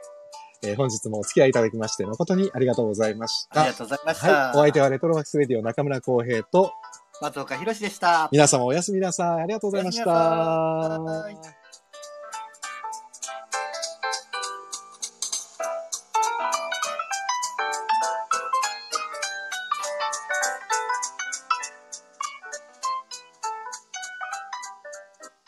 えー本日もお付き合いいただきまして誠にありがとうございましあた。りがとうございました。はい。お相手はレトロワークスレディオ中村光平と、松岡弘でした。皆様おやすみなさい。ありがとうございましおやすみなたさい。